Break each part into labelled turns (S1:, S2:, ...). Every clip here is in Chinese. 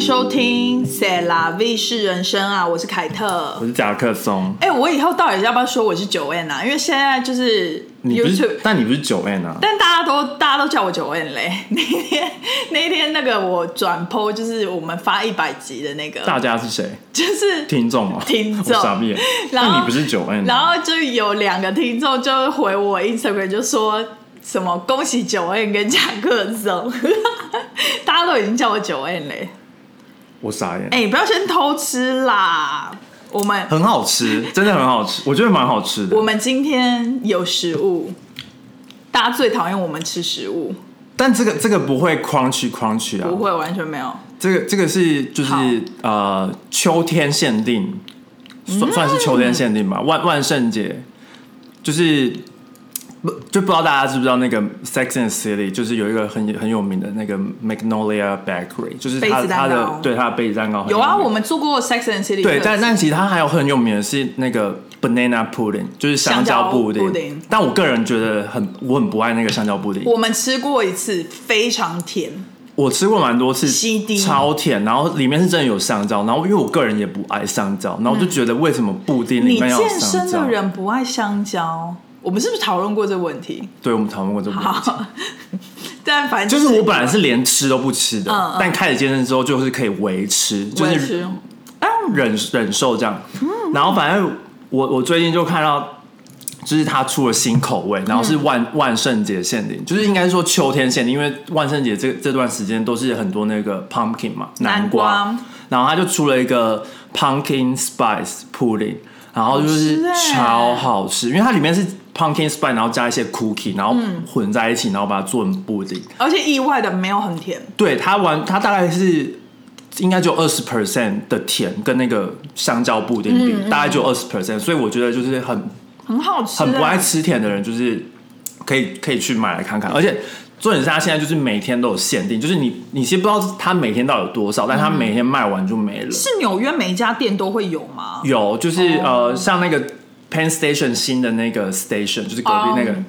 S1: 收听《塞拉 V 是人生》啊，我是凯特
S2: 我。是夹克松，
S1: 哎、我以后到底要不要说我是九 N 啊？因为现在就是
S2: 你不是
S1: YouTube，，
S2: 但你不是九 N 啊？
S1: 但大家都大家都叫我九 N 嘞。 那一天那一天那个我转 PO 就是我们发一百集的那个，
S2: 大家是谁？
S1: 就是
S2: 听众吗？
S1: 听众
S2: 我傻眼。
S1: 然后
S2: 那你不是九 N？啊
S1: 然后就有两个听众就回我 Instagram 就说什么恭喜九 N 跟贾克松， 大家都已经叫我九 N 嘞。
S2: 我傻眼。
S1: 哎、你不要先偷吃啦！我们
S2: 很好吃，真的很好吃，我觉得蛮好吃的
S1: 我。们今天有食物，大家最讨厌我们吃食物，
S2: 但这个这个不会框去框去啊
S1: 不，会完全没有。
S2: 这个这个是就
S1: 好
S2: 是呃秋天限定，算算是秋天
S1: 嗯
S2: 限定吧。万万圣节就是不就不知道大家知不知道那个 Sex and the City，就是有一个很很有名的那个 Magnolia Bakery，就是
S1: 杯
S2: 它
S1: 子蛋糕
S2: 它的对它的杯子蛋糕很
S1: 有
S2: 名
S1: 啊，我们做过 Sex and City，
S2: 对，
S1: 特
S2: 但
S1: 辑
S2: 但其实它还有很有名的是那个 banana pudding，就是香蕉
S1: 香蕉
S2: 布丁。
S1: 布丁
S2: 但我个人觉得很，我很不爱那个香蕉布丁。我
S1: 我们吃过一次，非常甜。
S2: 吃过蛮多次
S1: 西丁，
S2: 超甜，然后里面是真的有香蕉。然后因为我个人也不爱香蕉，然后我就觉得为什么布丁
S1: 嗯
S2: 里
S1: 你
S2: 面要有
S1: 健
S2: 香
S1: 身
S2: 蕉
S1: 的？人不爱香蕉，我们是不是讨论过这个问 题？
S2: 对，我们讨论过这个问题。
S1: 好，但反
S2: 就
S1: 正
S2: 是我本来是连吃都不吃的，
S1: 嗯嗯
S2: 但开始健身之后就是可以维持，就
S1: 我也
S2: 是
S1: 是
S2: 哎忍忍受这样。然后反正我我最近就看到，就是它出了新口味，然后是万、万圣节限定，就是应该说秋天限定，因为万圣节这这段时间都是很多那个 pumpkin 嘛，
S1: 南
S2: 南
S1: 瓜
S2: 然后它就出了一个 pumpkin spice pudding，然后就是
S1: 好吃欸
S2: 超好吃，因为它里面是 pumpkin spice，然后加一些 cookie，然后混在一起，然后把它做成布丁。
S1: 而且意外的没有很甜，
S2: 对它完，它大概是应该就二十 percent 的甜，跟那个香蕉布丁
S1: 嗯
S2: 比，大概就二十 percent，所以我觉得就是很
S1: 很好吃、啊，
S2: 很不爱吃甜的人，就是可以可以去买来看看，而且。重点是它现在就是每天都有限定，就是你你先不知道它每天到底有多少，但
S1: 嗯
S2: 它每天卖完就没了。
S1: 是纽约每一家店都会有吗？
S2: 有就是、
S1: 哦
S2: 呃，像那个 Penn Station 新的那个 station，就是隔壁那个、
S1: 哦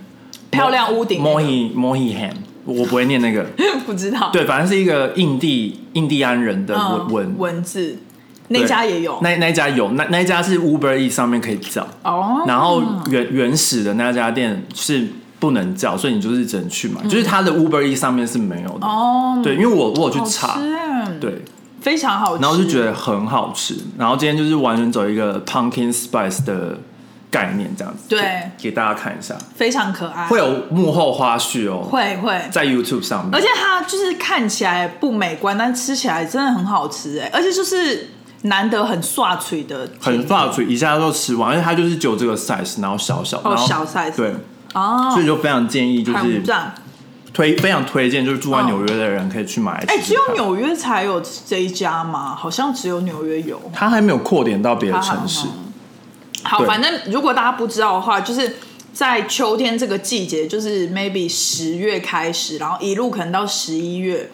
S1: 漂亮屋顶那个
S2: Mohi Mohihan，我不会念那个，
S1: 不知道。
S2: 对，反正是一个印地印第安人的
S1: 嗯，
S2: 文文、
S1: 文字那家也有
S2: 对那那一家有，那那一家是 Uber E 上面可以叫，
S1: 哦。
S2: 然后原原始的那家店是不能叫，所以你就是只能去买，就是它的 Uber E 上面是没有
S1: 嗯
S2: 的。
S1: 哦，
S2: 对，因为我我有去
S1: 好
S2: 查，
S1: 吃耶，
S2: 对，
S1: 非常好吃。
S2: 然后就觉得很好吃，然后今天就是完全走一个 pumpkin spice 的概念这样子，
S1: 对
S2: 给，给大家看一下，
S1: 非常可爱，
S2: 会有幕后花絮哦，
S1: 会会，
S2: 在 YouTube 上
S1: 而
S2: 面，
S1: 且它就是看起来不美观，但吃起来真的很好吃哎，而且就是难得很刷嘴的甜，
S2: 很大嘴，一下就吃完，因为它就是只有这个 size，然后小小，然后
S1: 哦小 size
S2: 对，
S1: 哦，
S2: 所以就非常建议就
S1: 很
S2: 是。
S1: 赞。
S2: 推非常推荐，就是住在纽约的人可以去买来吃
S1: 哦哎，
S2: 吃
S1: 只有
S2: 看。
S1: 纽约才有这一家吗？好像只有纽约有。
S2: 它还没有扩点到别的城市。
S1: 好，
S2: 对
S1: 反正如果大家不知道的话，就是在秋天这个季节，就是 maybe 十月开始，然后一路可能到十一月，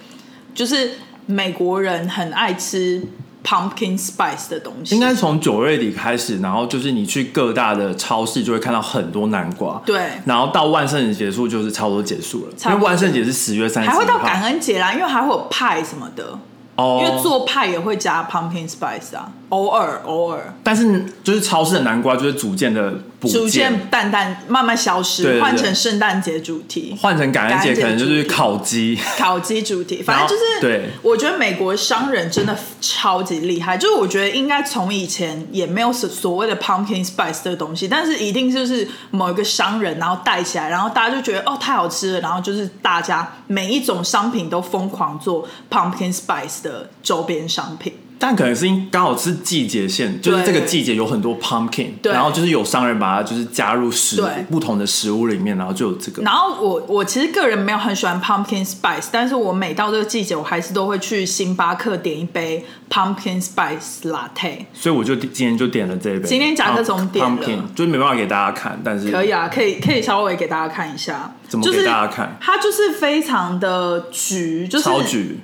S1: 就是美国人很爱吃 pumpkin spice 的东西。
S2: 应该从九月底开始，然后就是你去各大的超市就会看到很多南瓜。
S1: 对，
S2: 然后到万圣节结束就是差不多结束了，
S1: 差
S2: 因
S1: 不多
S2: 为万圣节是十月三十
S1: 还
S2: 号，
S1: 会到感恩节啦，因为还会有派什么的，
S2: 哦，
S1: 因为做派也会加 pumpkin spice 啊，偶尔偶尔。
S2: 但是就是超市的南瓜就是逐渐的补
S1: 逐
S2: 件，
S1: 渐淡淡慢慢消
S2: 对对
S1: 失，
S2: 对
S1: 换成圣诞节主题。
S2: 换成感恩节可能就是烤鸡，
S1: 烤鸡主题，反正就是，
S2: 然后对
S1: 我觉得美国商人真的超级厉害，就是我觉得应该从以前也没有所所谓的 pumpkin spice 这个东西，但是一定就是某一个商人然后带起来，然后大家就觉得哦太好吃了，然后就是大家每一种商品都疯狂做 pumpkin spice 的周边商品，
S2: 但可能是因刚好是季节线，就是这个季节有很多 pumpkin，
S1: 对
S2: 然后就是有商人把它就是加入食物
S1: 对
S2: 不同的食物里面，然后就有这个。
S1: 然后我我其实个人没有很喜欢 pumpkin spice，但是我每到这个季节，我还是都会去星巴克点一杯 pumpkin spice latte。
S2: 所以我就今天就点了这一杯。
S1: 今天夹克总点了
S2: pumpkin，就是没办法给大家看，但是
S1: 可以啊，可以可以稍微给大家看一下，
S2: 怎么给大家看
S1: 就是、它就是非常的橘，就是
S2: 超举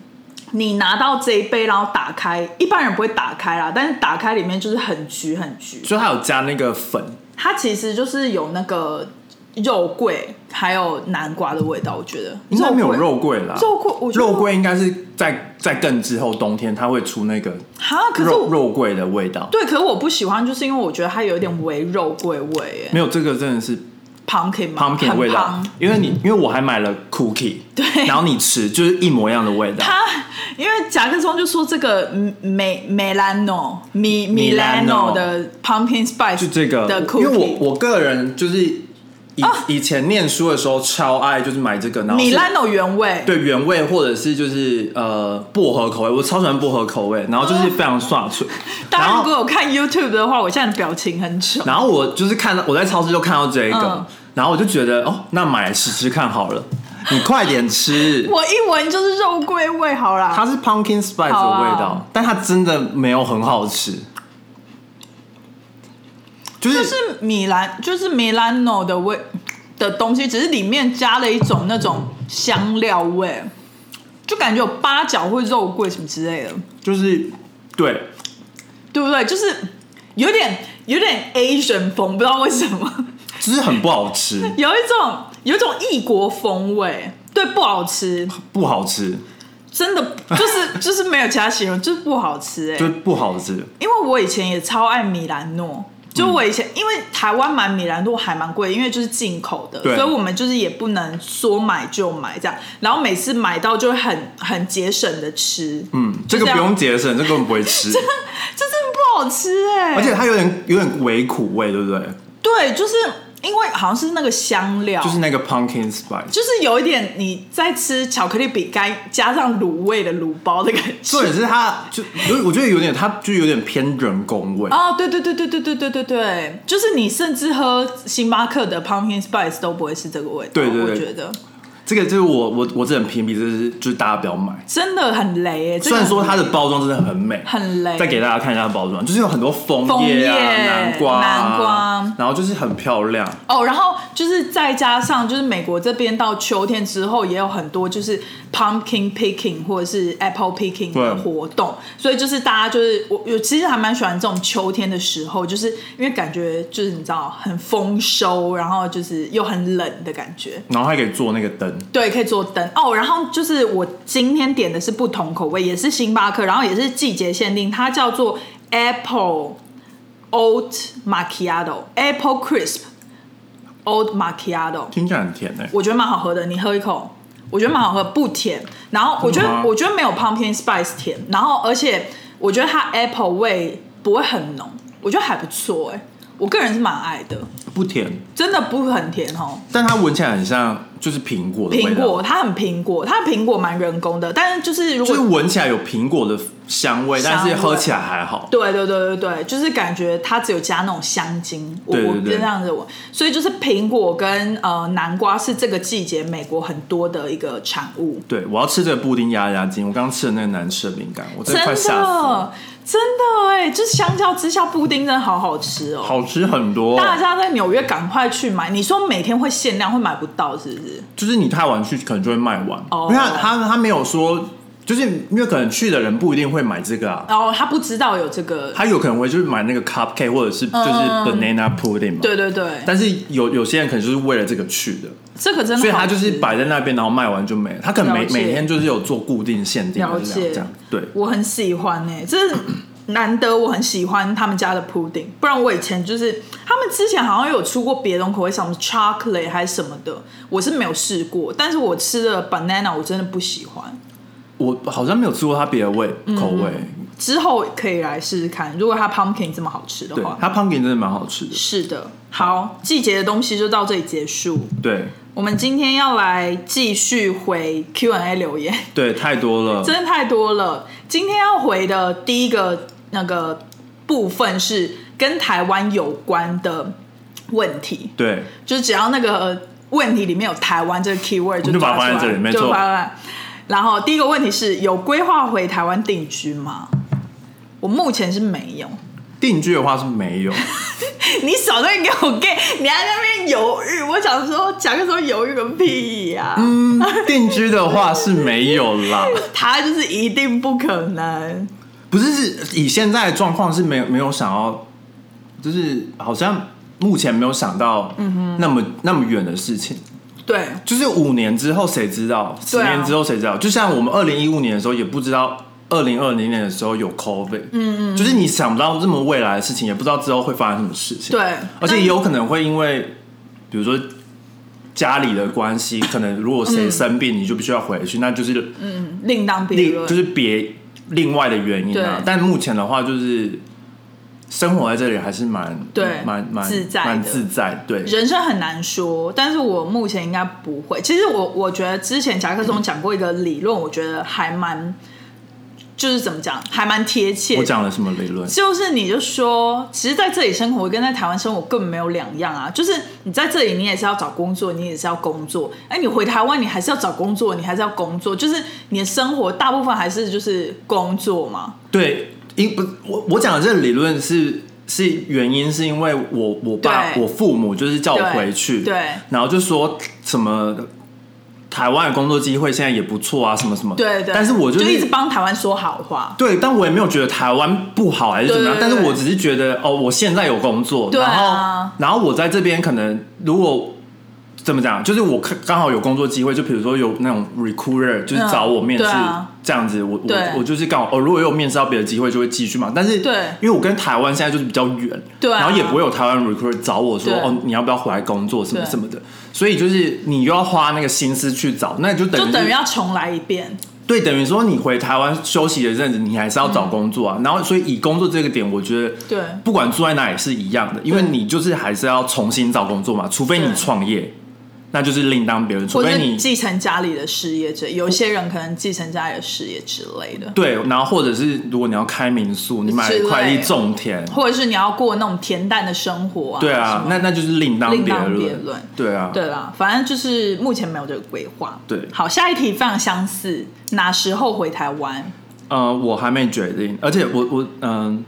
S1: 你拿到这一杯，然后打开，一般人不会打开啦，但是打开里面就是很橘很橘，
S2: 所以它有加那个粉，
S1: 它其实就是有那个肉桂还有南瓜的味道，我觉得
S2: 应该没有
S1: 桂
S2: 肉桂啦，
S1: 肉桂我觉得
S2: 肉桂应该是在在更之后冬天它会出那个
S1: 哈，可是
S2: 肉
S1: 我
S2: 肉桂的味道。
S1: 对，可是我不喜欢，就是因为我觉得它有一点微肉桂味耶
S2: 没有这个真的是
S1: ，pumpkin 嘛
S2: pumpkin 的
S1: 很
S2: 味道
S1: punk，
S2: 因为你因为我还买了 cookie，
S1: 对
S2: 然后你吃就是一模一样的味道。
S1: 他 因为甲克松就说这个嗯美美兰诺米米兰
S2: Milano
S1: 诺的 pumpkin spice
S2: 就这个
S1: 的，
S2: 因为我
S1: cookie，
S2: 我个人就是以、
S1: 啊
S2: 以前念书的时候超爱就是买这个，然后
S1: 米
S2: 是
S1: 兰诺原味，
S2: 对原味或者是就是呃薄荷口味，我超喜欢薄荷口味，然后就是非常爽脆。
S1: 哦大
S2: 然
S1: 家
S2: 后
S1: 如果有看 YouTube 的话，我现在的表情很丑。
S2: 然后我就是看到我在超市就看到这个，
S1: 嗯
S2: 然后我就觉得哦，那买来吃吃看好了，你快点吃。
S1: 我一闻就是肉桂味，好啦。
S2: 它是 pumpkin spice 的味
S1: 好啊
S2: 道，但它真的没有很好吃，就是、
S1: 就是米兰，就是米兰诺的味的东西，只是里面加了一种那种香料味，就感觉有八角或肉桂什么之类的，
S2: 就是对，
S1: 对不对？就是有点有点 Asian 风，不知道为什么
S2: 就是很不好吃，
S1: 有一种有一种异国风味，对，不好吃，
S2: 不好吃，
S1: 真的就是 就是没有其他形容，就是不好吃哎、
S2: 就是不好吃。
S1: 因为我以前也超爱米兰诺，就我以前、
S2: 嗯
S1: 因为台湾买米兰诺还蛮贵，因为就是进口的，
S2: 对
S1: 所以我们就是也不能说买就买这样，然后每次买到就会很很节省的吃，
S2: 嗯，这
S1: 就
S2: 个
S1: 样
S2: 不用节省，这个根本不 会吃，
S1: 这真的不好吃哎、
S2: 而且它有点有点微苦味，对不对？
S1: 对，就是因为好像是那个香料，
S2: 就是那个 pumpkin spice。
S1: 就是有一点你在吃巧克力饼干加上卤味的卤包的感觉。
S2: 重点是它就有我觉得有点，它就有点偏人工味。
S1: 哦，对对对对对对对对对，就是你甚至喝星巴克的 pumpkin spice 都不会是这个味道，
S2: 对对对
S1: 我觉得。
S2: 这个就是我我我只能评比，就是就是大家不要买。
S1: 真的很雷耶。
S2: 虽然说它
S1: 的
S2: 的包装真的很美，
S1: 很雷，
S2: 再给大家看一下包装，就是有很多枫啊、
S1: 枫叶
S2: 南瓜、啊、
S1: 南瓜
S2: 然后就是很漂亮。
S1: 哦，然后就是再加上就是美国这边到秋天之后也有很多就是 pumpkin picking 或者是 apple picking
S2: 对
S1: 的活动，所以就是大家就是我我其实还蛮喜欢这种秋天的时候，就是因为感觉就是你知道很丰收，然后就是又很冷的感觉。
S2: 然后还可以做那个灯，
S1: 对，可以做灯哦。然后就是我今天点的是不同口味，也是星巴克，然后也是季节限定，它叫做 Apple Oat Macchiato Apple Crisp Oat Macchiato，
S2: 听起来很甜诶、欸
S1: 我觉得蛮好喝的，你喝一口，我觉得蛮好喝，不甜。然后我觉
S2: 真的
S1: 得
S2: 吗
S1: 我觉得没有 pumpkin spice 甜，然后而且我觉得它 apple 味不会很浓，我觉得还不错哎、我个人是蛮爱的，
S2: 不甜，
S1: 真的不很甜哦。
S2: 但它闻起来很像就是苹果的味
S1: 苹
S2: 道，
S1: 果，它很苹果，它的苹果蛮人工的，但是就是如
S2: 就
S1: 果、
S2: 是闻起来有苹果的香味，
S1: 香味
S2: 但是喝起来还好。
S1: 对对对对对，就是感觉它只有加那种香精，我
S2: 对对
S1: 我
S2: 对
S1: 这样子我，所以就是苹果跟呃南瓜是这个季节美国很多的一个产物，
S2: 对，我要吃这个布丁压压惊。我刚刚吃的那个难吃的饼干，我真
S1: 真
S2: 的快吓死了，
S1: 的真的哎、就是相较之下布丁真的好好吃哦。
S2: 好吃很多。
S1: 大家在纽约赶快去买！你说每天会限量，会买不到是不是？
S2: 就是你太晚去，可能就会卖完。
S1: 哦
S2: 因为他他他没有说，就是因为可能去的人不一定会买这个啊，
S1: 然后哦他不知道有这个，
S2: 他有可能会就是买那个 cupcake 或者是就是 banana pudding 嘛。
S1: 嗯对对对，
S2: 但是有有些人可能就是为了这个去的，
S1: 这个真的好吃，
S2: 所以他就是摆在那边，然后卖完就没了。他可能每
S1: 了解
S2: 每天就是有做固定限定的
S1: 了
S2: 量，
S1: 解
S2: 这样对。
S1: 我很喜欢 呢、这是难得我很喜欢他们家的 pudding，不然我以前就是他们之前好像有出过别种口味，什么 chocolate 还是什么的，我是没有试过，但是我吃的 banana 我真的不喜欢，
S2: 我好像没有吃过它别的味口味，
S1: 之后可以来试试看，如果它 pumpkin 这么好吃的
S2: 对
S1: 话，，
S2: 它 pumpkin 真的蛮好吃的。
S1: 是的。好，季节的东西就到这里结束。
S2: 对
S1: 我们今天要来继续回 Q&A 留言，
S2: 对，太多了。
S1: 真的太多了。今天要回的第一个那个部分是跟台湾有关的问题，
S2: 对，
S1: 就是只要那个问题里面有台湾这个 keyword
S2: 你就把
S1: 抓
S2: 它
S1: 出来，
S2: 放在这里没错
S1: 就把它放在然后第一个问题是有规划回台湾定居吗？我目前是没有。
S2: 定居的话是没有，
S1: 你少在那边给我 gay，你还在那边犹豫。我想说，讲个时候犹豫个屁呀、
S2: 嗯，定居的话是没有啦。
S1: 他就是一定不可能。
S2: 不是，是以现在的状况是没有没有想要，就是好像目前没有想到那么、那么远的事情。
S1: 对，
S2: 就是五年之后谁知道？十
S1: 对啊
S2: 年之后谁知道？就像我们二零一五年的时候也不知道，二零二零年的时候有 COVID，嗯嗯，就是你想不到这么未来的事情，也不知道之后会发生什么事情。
S1: 对
S2: 而且也有可能会因为，比如说家里的关系，可能如果谁生病，你就必须要回去，那就是
S1: 另当别
S2: 另
S1: 论，
S2: 就是别另外的原因啊
S1: 对。
S2: 但目前的话，就是生活在这里还是蛮
S1: 对
S2: 蛮蛮
S1: 自在的
S2: 蛮自在，对，
S1: 人生很难说，但是我目前应该不会。其实我我觉得之前夹克松讲过一个理论，我觉得还蛮，就是怎么讲，还蛮贴切
S2: 我
S1: 的。
S2: 讲了什么理论？
S1: 就是你就说，其实在这里生活跟在台湾生活根本没有两样啊。就是你在这里，你也是要找工作，你也是要工作。哎，你回台湾，你还是要找工作，你还是要工作。就是你的生活大部分还是就是工作嘛。
S2: 对，因不我我讲的这个理论是是原因是因为我我爸
S1: 对
S2: 我父母就是叫我
S1: 对
S2: 回去，
S1: 对
S2: 然后就说什么台湾的工作机会现在也不错啊，什么什么，
S1: 对对。
S2: 但是我
S1: 就
S2: 就是
S1: 一直帮台湾说好话。
S2: 对，但我也没有觉得台湾不好还是怎么样，
S1: 对对
S2: 但是
S1: 对
S2: 我只是觉得哦，我现在有工作，
S1: 对
S2: 然
S1: 啊
S2: 后然后我在这边可能如果怎么讲，就是我看刚好有工作机会，就比如说有那种 recruiter 就是
S1: 嗯
S2: 找我面试、
S1: 对啊
S2: 这样子，我
S1: 对
S2: 我我就是刚好哦，如果有面试到别的机会就会继续嘛，但是
S1: 对
S2: 因为我跟台湾现在就是比较远，
S1: 对啊
S2: 然后也不会有台湾 recruiter 找我说
S1: 对
S2: 哦你要不要回来工作什么
S1: 对
S2: 什么的，所以就是你又要花那个心思去找，那就等于
S1: 就是等于要重来一遍，
S2: 对，等于说你回台湾休息了一阵子，你还是要找工作啊。然后，所以以工作这个点，我觉得
S1: 嗯对
S2: 不管住在哪里是一样的，因为
S1: 对
S2: 你就是还是要重新找工作嘛，除非你
S1: 对
S2: 创业，那就是另当别论。除
S1: 或
S2: 非
S1: 者
S2: 你
S1: 继承家里的事业之，有些人可能继承家里的事业之类的，
S2: 对，然后或者是如果你要开民宿，你买
S1: 之类
S2: 块地种田，
S1: 或者是你要过那种恬淡的生活啊。
S2: 对
S1: 什么，
S2: 啊那那就是另当
S1: 另
S2: 别
S1: 当别
S2: 论。
S1: 论
S2: 对啊，
S1: 对啦，反正就是目前没有这个规划。
S2: 对
S1: 好，下一题非常相似，哪时候回台湾？
S2: 呃，我还没决定，而且我我嗯、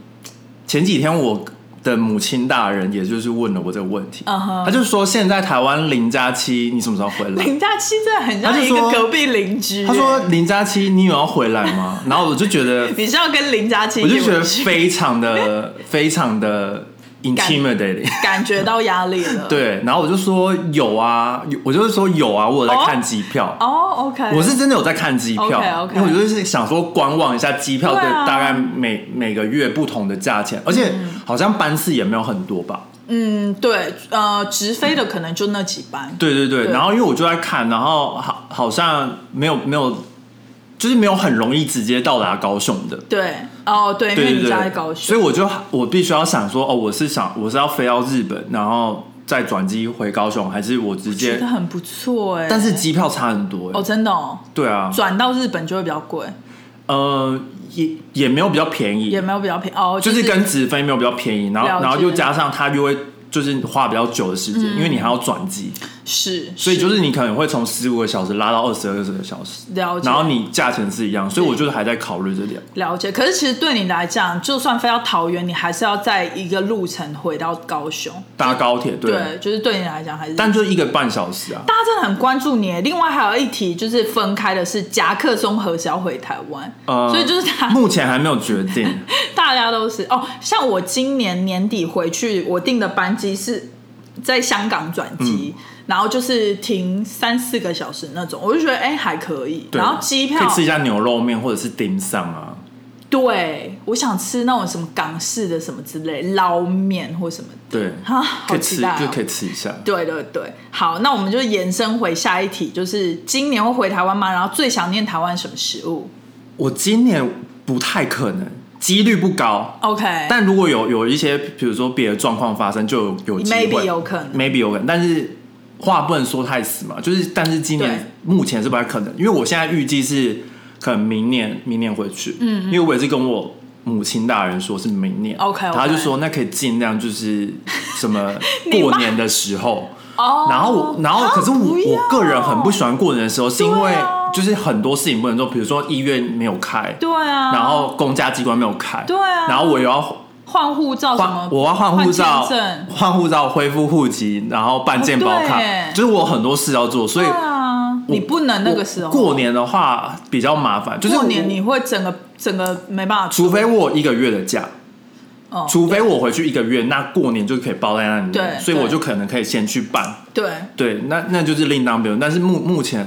S2: 前几天我的母亲大人也就是问了我这个问题，
S1: 嗯哼
S2: 他就说现在台湾零加七，你什么时候回来？
S1: 林佳期真的很像一
S2: 他就
S1: 个
S2: 说
S1: 隔壁邻居、欸
S2: 他说：“林佳期，你有要回来 吗？”然后我就觉得：“：“
S1: 你是要跟林佳期一
S2: 我
S1: 起
S2: 就
S1: 回去？”
S2: 觉得非常的、非常的 intimidating。
S1: 感觉到压力了。”
S2: 对，然后我就说：“有啊，有我就是说有啊，我有在看机票。
S1: 哦，OK、o k
S2: 我是真的有在看机票
S1: OK，OK
S2: 因为我就是想说观望一下机票的
S1: 对啊
S2: 大概每、每个月不同的价钱，而且好像班次也没有很多吧。
S1: 嗯，对，呃，直飞的可能就那几班。
S2: 对对对，
S1: 对
S2: 然后因为我就在看，然后好好像没有没有，就是没有很容易直接到达高雄的。
S1: 对，哦，对，因
S2: 对
S1: 为
S2: 对
S1: 你
S2: 对，
S1: 家在高
S2: 所
S1: 雄，
S2: 以我就我必须要想说，哦，我是想我是要飞到日本，然后再转机回高雄，还是我直
S1: 觉得
S2: 接？
S1: 很不错哎、
S2: 但是机票差很多、欸，
S1: 哦，真的哦，
S2: 对啊，
S1: 转到日本就会比较贵，
S2: 呃，也也没有比较便宜，
S1: 也没有比较便哦，
S2: 就是是跟直飞没有比较便宜，然后
S1: 了解嗯
S2: 然后又加上它又会就是花比较久的时间，因为你还要转机，
S1: 是，
S2: 所以就是你可能会从十五个小时拉到二十二个小时，
S1: 了解，
S2: 然后你价钱是一样，所以我就是还在考虑这点。
S1: 了解。可是其实对你来讲，就算飞到桃园，你还是要在一个路程回到高雄，
S2: 搭高铁对，
S1: 对，就是对你来讲还是。
S2: 但就一个半小时啊，
S1: 大家真的很关注你耶。另外还有一题就是分开的是夹克松何时要回台湾，
S2: 呃，
S1: 所以就是他
S2: 目前还没有决定。
S1: 大家都是哦，像我今年年底回去，我订的班机是在香港转机，
S2: 嗯
S1: 然后就是停三四个小时那种，我就觉得哎、还可以。
S2: 对
S1: 然后机票
S2: 可以吃一下牛肉面或者是丁上啊，
S1: 对，我想吃那种什么港式的什么之类捞面或什么的
S2: 对，
S1: 啊，
S2: 可
S1: 好
S2: 以
S1: 期
S2: 吃
S1: 待、
S2: 就
S1: 哦
S2: 可。以吃一下。
S1: 对对对，好，那我们就延伸回下一题，就是今年会回台湾吗？然后最想念台湾什么食物
S2: 我今年不太可能，几率不高。
S1: ？OK，
S2: 但如果有有一些，比如说别的状况发生，就有有机会
S1: Maybe 有可能
S2: ，maybe 有可能。但是话不能说太死嘛，就是但是今
S1: 对
S2: 年目前是不太可能，因为我现在预计是可能明年明年回去，嗯，因为我也是跟我母亲大人说是明年
S1: OK，OK
S2: 他就说那可以尽量就是什么
S1: 你妈
S2: 过年的时候。
S1: 哦，
S2: 然后我，然后可是我
S1: 不要
S2: 我个人很不喜欢过年的时候，是因为
S1: 对啊
S2: 就是很多事情不能做，比如说医院没有开，
S1: 对啊，
S2: 然后公家机关没有开，
S1: 对啊
S2: 然后我又要
S1: 换护照什么
S2: 换，，我要换护照
S1: 换签，
S2: 换护照恢复户籍，然后办健保
S1: 哦
S2: 卡
S1: 对耶，
S2: 就是我有很多事要做，所以
S1: 证，对啊，你不能那个时候
S2: 我过年的话比较麻烦，就是
S1: 过年
S2: 我
S1: 你会整个整个没办法，
S2: 除非我有一个月的假，
S1: 哦
S2: 除非我回去一个月，那过年就可以包在那里面，
S1: 对
S2: 所以我
S1: 对
S2: 就可能可以先去办。
S1: 对，
S2: 对，那那就是另当别论。但是目目前，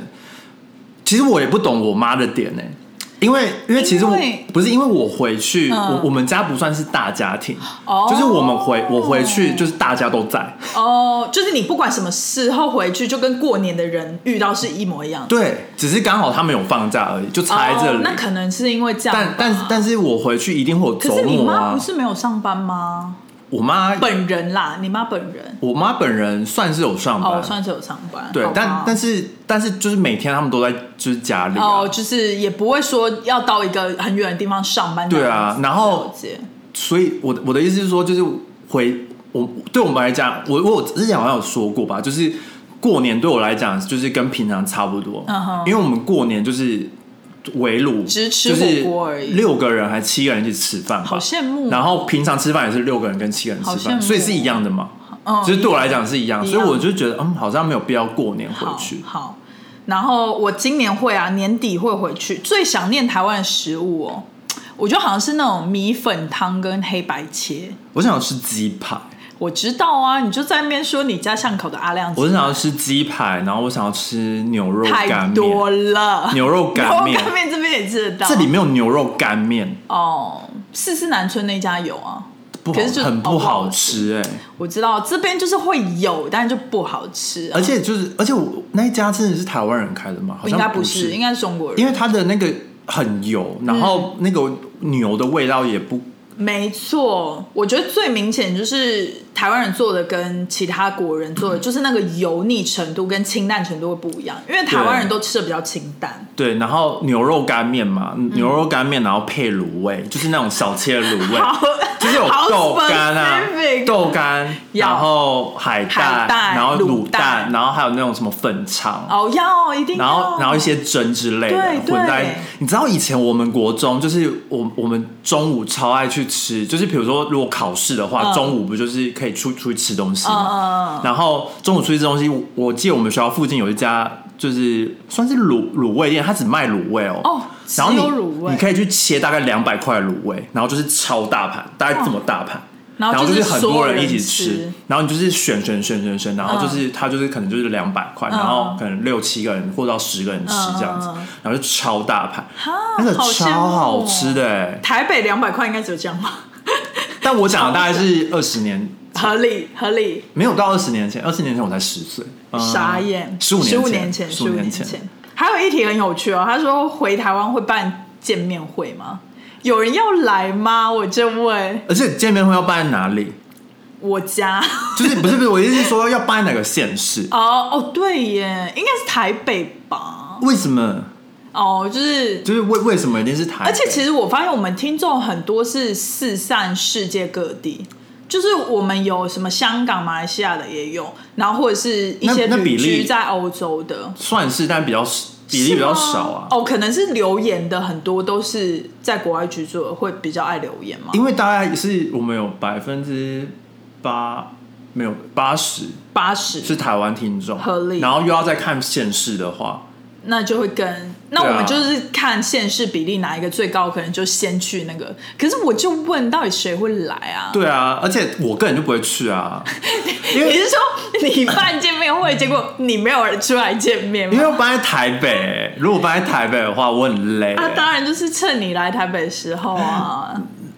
S2: 其实我也不懂我妈的点呢、欸因为因为其实我
S1: 因为
S2: 不是因为我回去，
S1: 嗯
S2: 我我们家不算是大家庭，
S1: 哦
S2: 就是我们回我回去就是大家都在，
S1: 哦，就是你不管什么时候回去，就跟过年的人遇到是一模一样的。
S2: 对，只是刚好他们有放假而已，就差在这
S1: 哦
S2: 里。
S1: 那可能是因为这样
S2: 但
S1: 吧。
S2: 但但是我回去一定会有
S1: 可
S2: 周
S1: 是你
S2: 末
S1: 妈
S2: 啊
S1: 不。是没有上班吗？
S2: 我妈
S1: 本人啦，你妈本人
S2: 我妈本人算是有上班，
S1: 哦，算是有上班。
S2: 啊对
S1: 好，吧
S2: 但但是但是就是每天他们都在就是家里、啊，
S1: 哦，就是也不会说要到一个很远的地方上班。
S2: 对啊
S1: 这样子
S2: 然后
S1: 了解
S2: 所以我的我的意思是说，就是回我对我们来讲，我我之前好像有说过吧，就是过年对我来讲就是跟平常差不多，
S1: 嗯哼
S2: 因为我们过年就是围炉，
S1: 只吃
S2: 就是
S1: 火锅而已
S2: 六个人还七个人一起吃饭吧，
S1: 好羡慕哦
S2: 然后平常吃饭也是六个人跟七个人吃
S1: 好羡慕
S2: 饭，所以是一样的嘛。
S1: 嗯
S2: 其实对我来讲是一样，
S1: 一
S2: 所
S1: 样
S2: 以我就觉得嗯，好像没有必要过年回
S1: 好
S2: 去。
S1: 好，然后我今年会啊，年底会回去。最想念台湾的食物哦，我觉得好像是那种米粉汤跟黑白切。
S2: 我想要吃鸡排，
S1: 我知道啊，你就在那边说你家巷口的阿亮，
S2: 我是想要吃鸡排，然后我想要吃牛肉干
S1: 太
S2: 面，
S1: 多了，
S2: 牛 肉干面
S1: 牛肉干面这边也吃得到。
S2: 这里没有牛肉干面。
S1: 哦，四四南村那家有啊，
S2: 不好
S1: 可是就
S2: 很
S1: 哦
S2: 不
S1: 不好
S2: 好吃哎、
S1: 我知道这边就是会有，但是就不好吃啊、
S2: 而且就是，而且我那一家真的是台湾人开的吗？好
S1: 应
S2: 像
S1: 该不
S2: 是，
S1: 是，应该是嗯中国人，
S2: 因为它的那个很油，然后那个牛的味道也不，
S1: 没错，我觉得最明显就是台湾人做的跟其他国人做的，就是那个油腻程度跟清淡程度会不一样，因为台湾人都吃的比较清淡。
S2: 对，然后牛肉干面嘛，
S1: 嗯
S2: 牛肉干面然后配卤味，就是那种小切卤味
S1: 好，
S2: 就是 有
S1: 好
S2: 豆干啊
S1: specific，
S2: 豆干，
S1: 要
S2: 然后海
S1: 海带
S2: 然后
S1: 卤
S2: 卤
S1: 蛋
S2: 然后还有那种什么粉肠，
S1: 哦，要一定要，
S2: 然后然后一些蒸之类的
S1: 对对
S2: 混在。你知道以前我们国中就是我我们中午超爱去吃，就是比如说如果考试的话，
S1: 嗯
S2: 中午不就是可以出出去吃东西
S1: 嗯
S2: 嘛？
S1: 嗯嗯，
S2: 然后中午出去吃东西，我我记得我们学校附近有一家就是算是卤卤味店，它只卖卤味哦。
S1: 哦
S2: 然后你
S1: 只有卤味
S2: 你可以去切大概两百块卤味，然后就是超大盘，大概这么大盘。
S1: 嗯然后
S2: 后
S1: 就是
S2: 是很
S1: 所有
S2: 多
S1: 人
S2: 一起
S1: 吃
S2: 吃，然后你就是选选选选选，然后就是
S1: 嗯
S2: 它就是可能就是两百块，然后可能六七个人或到十个人吃这样子
S1: 嗯嗯嗯，
S2: 然后就超大盘，
S1: 哈
S2: 那个
S1: 好羡慕
S2: 超
S1: 哦
S2: 好吃的欸。
S1: 台北两百块应该只有这样 吧，
S2: 但我讲的大概是二十年，
S1: 合理合理，
S2: 没有到二十年前，二十年前我才十岁，嗯
S1: 傻眼，
S2: 十五
S1: 十五
S2: 年
S1: 年前，
S2: 十
S1: 十
S2: 五
S1: 五
S2: 年前，
S1: 前。还有一题很有趣哦，他说回台湾会办见面会吗？有人要来吗？我就问。
S2: 而且见面会要办在哪里？
S1: 我家
S2: 就是不是不是，我意思是说要办在哪个县市？
S1: 哦哦对耶，应该是台北吧？
S2: 为什么？
S1: 哦，就是，
S2: 就是为为什么一定是台北？
S1: 而且其实我发现我们听众很多是四散世界各地，就是我们有什么香港、马来西亚的也有，然后或者是一些
S2: 那
S1: 旅
S2: 那比例
S1: 居在欧洲的，
S2: 算是，但比较比例比较
S1: 是吗
S2: 少啊。
S1: 哦，可能是留言的很多都是在国外居住的，会比较爱留言嘛？
S2: 因为大概是我们有百分之八，没有八十
S1: 八十
S2: 是台湾听众，
S1: 合理
S2: 然后又要再看县市的话，
S1: 那就会跟那
S2: 对啊
S1: 我们就是看现市比例哪一个最高，可能就先去那个。可是我就问，到底谁会来啊？
S2: 对啊，而且我个人就不会去啊，因
S1: 你
S2: 为
S1: 是说你办见面会，结果你没有人出来见面
S2: 因为
S1: 吗？
S2: 我搬在台北、如果搬在台北的话，我很累、
S1: 啊，当然就是趁你来台北的时候 啊。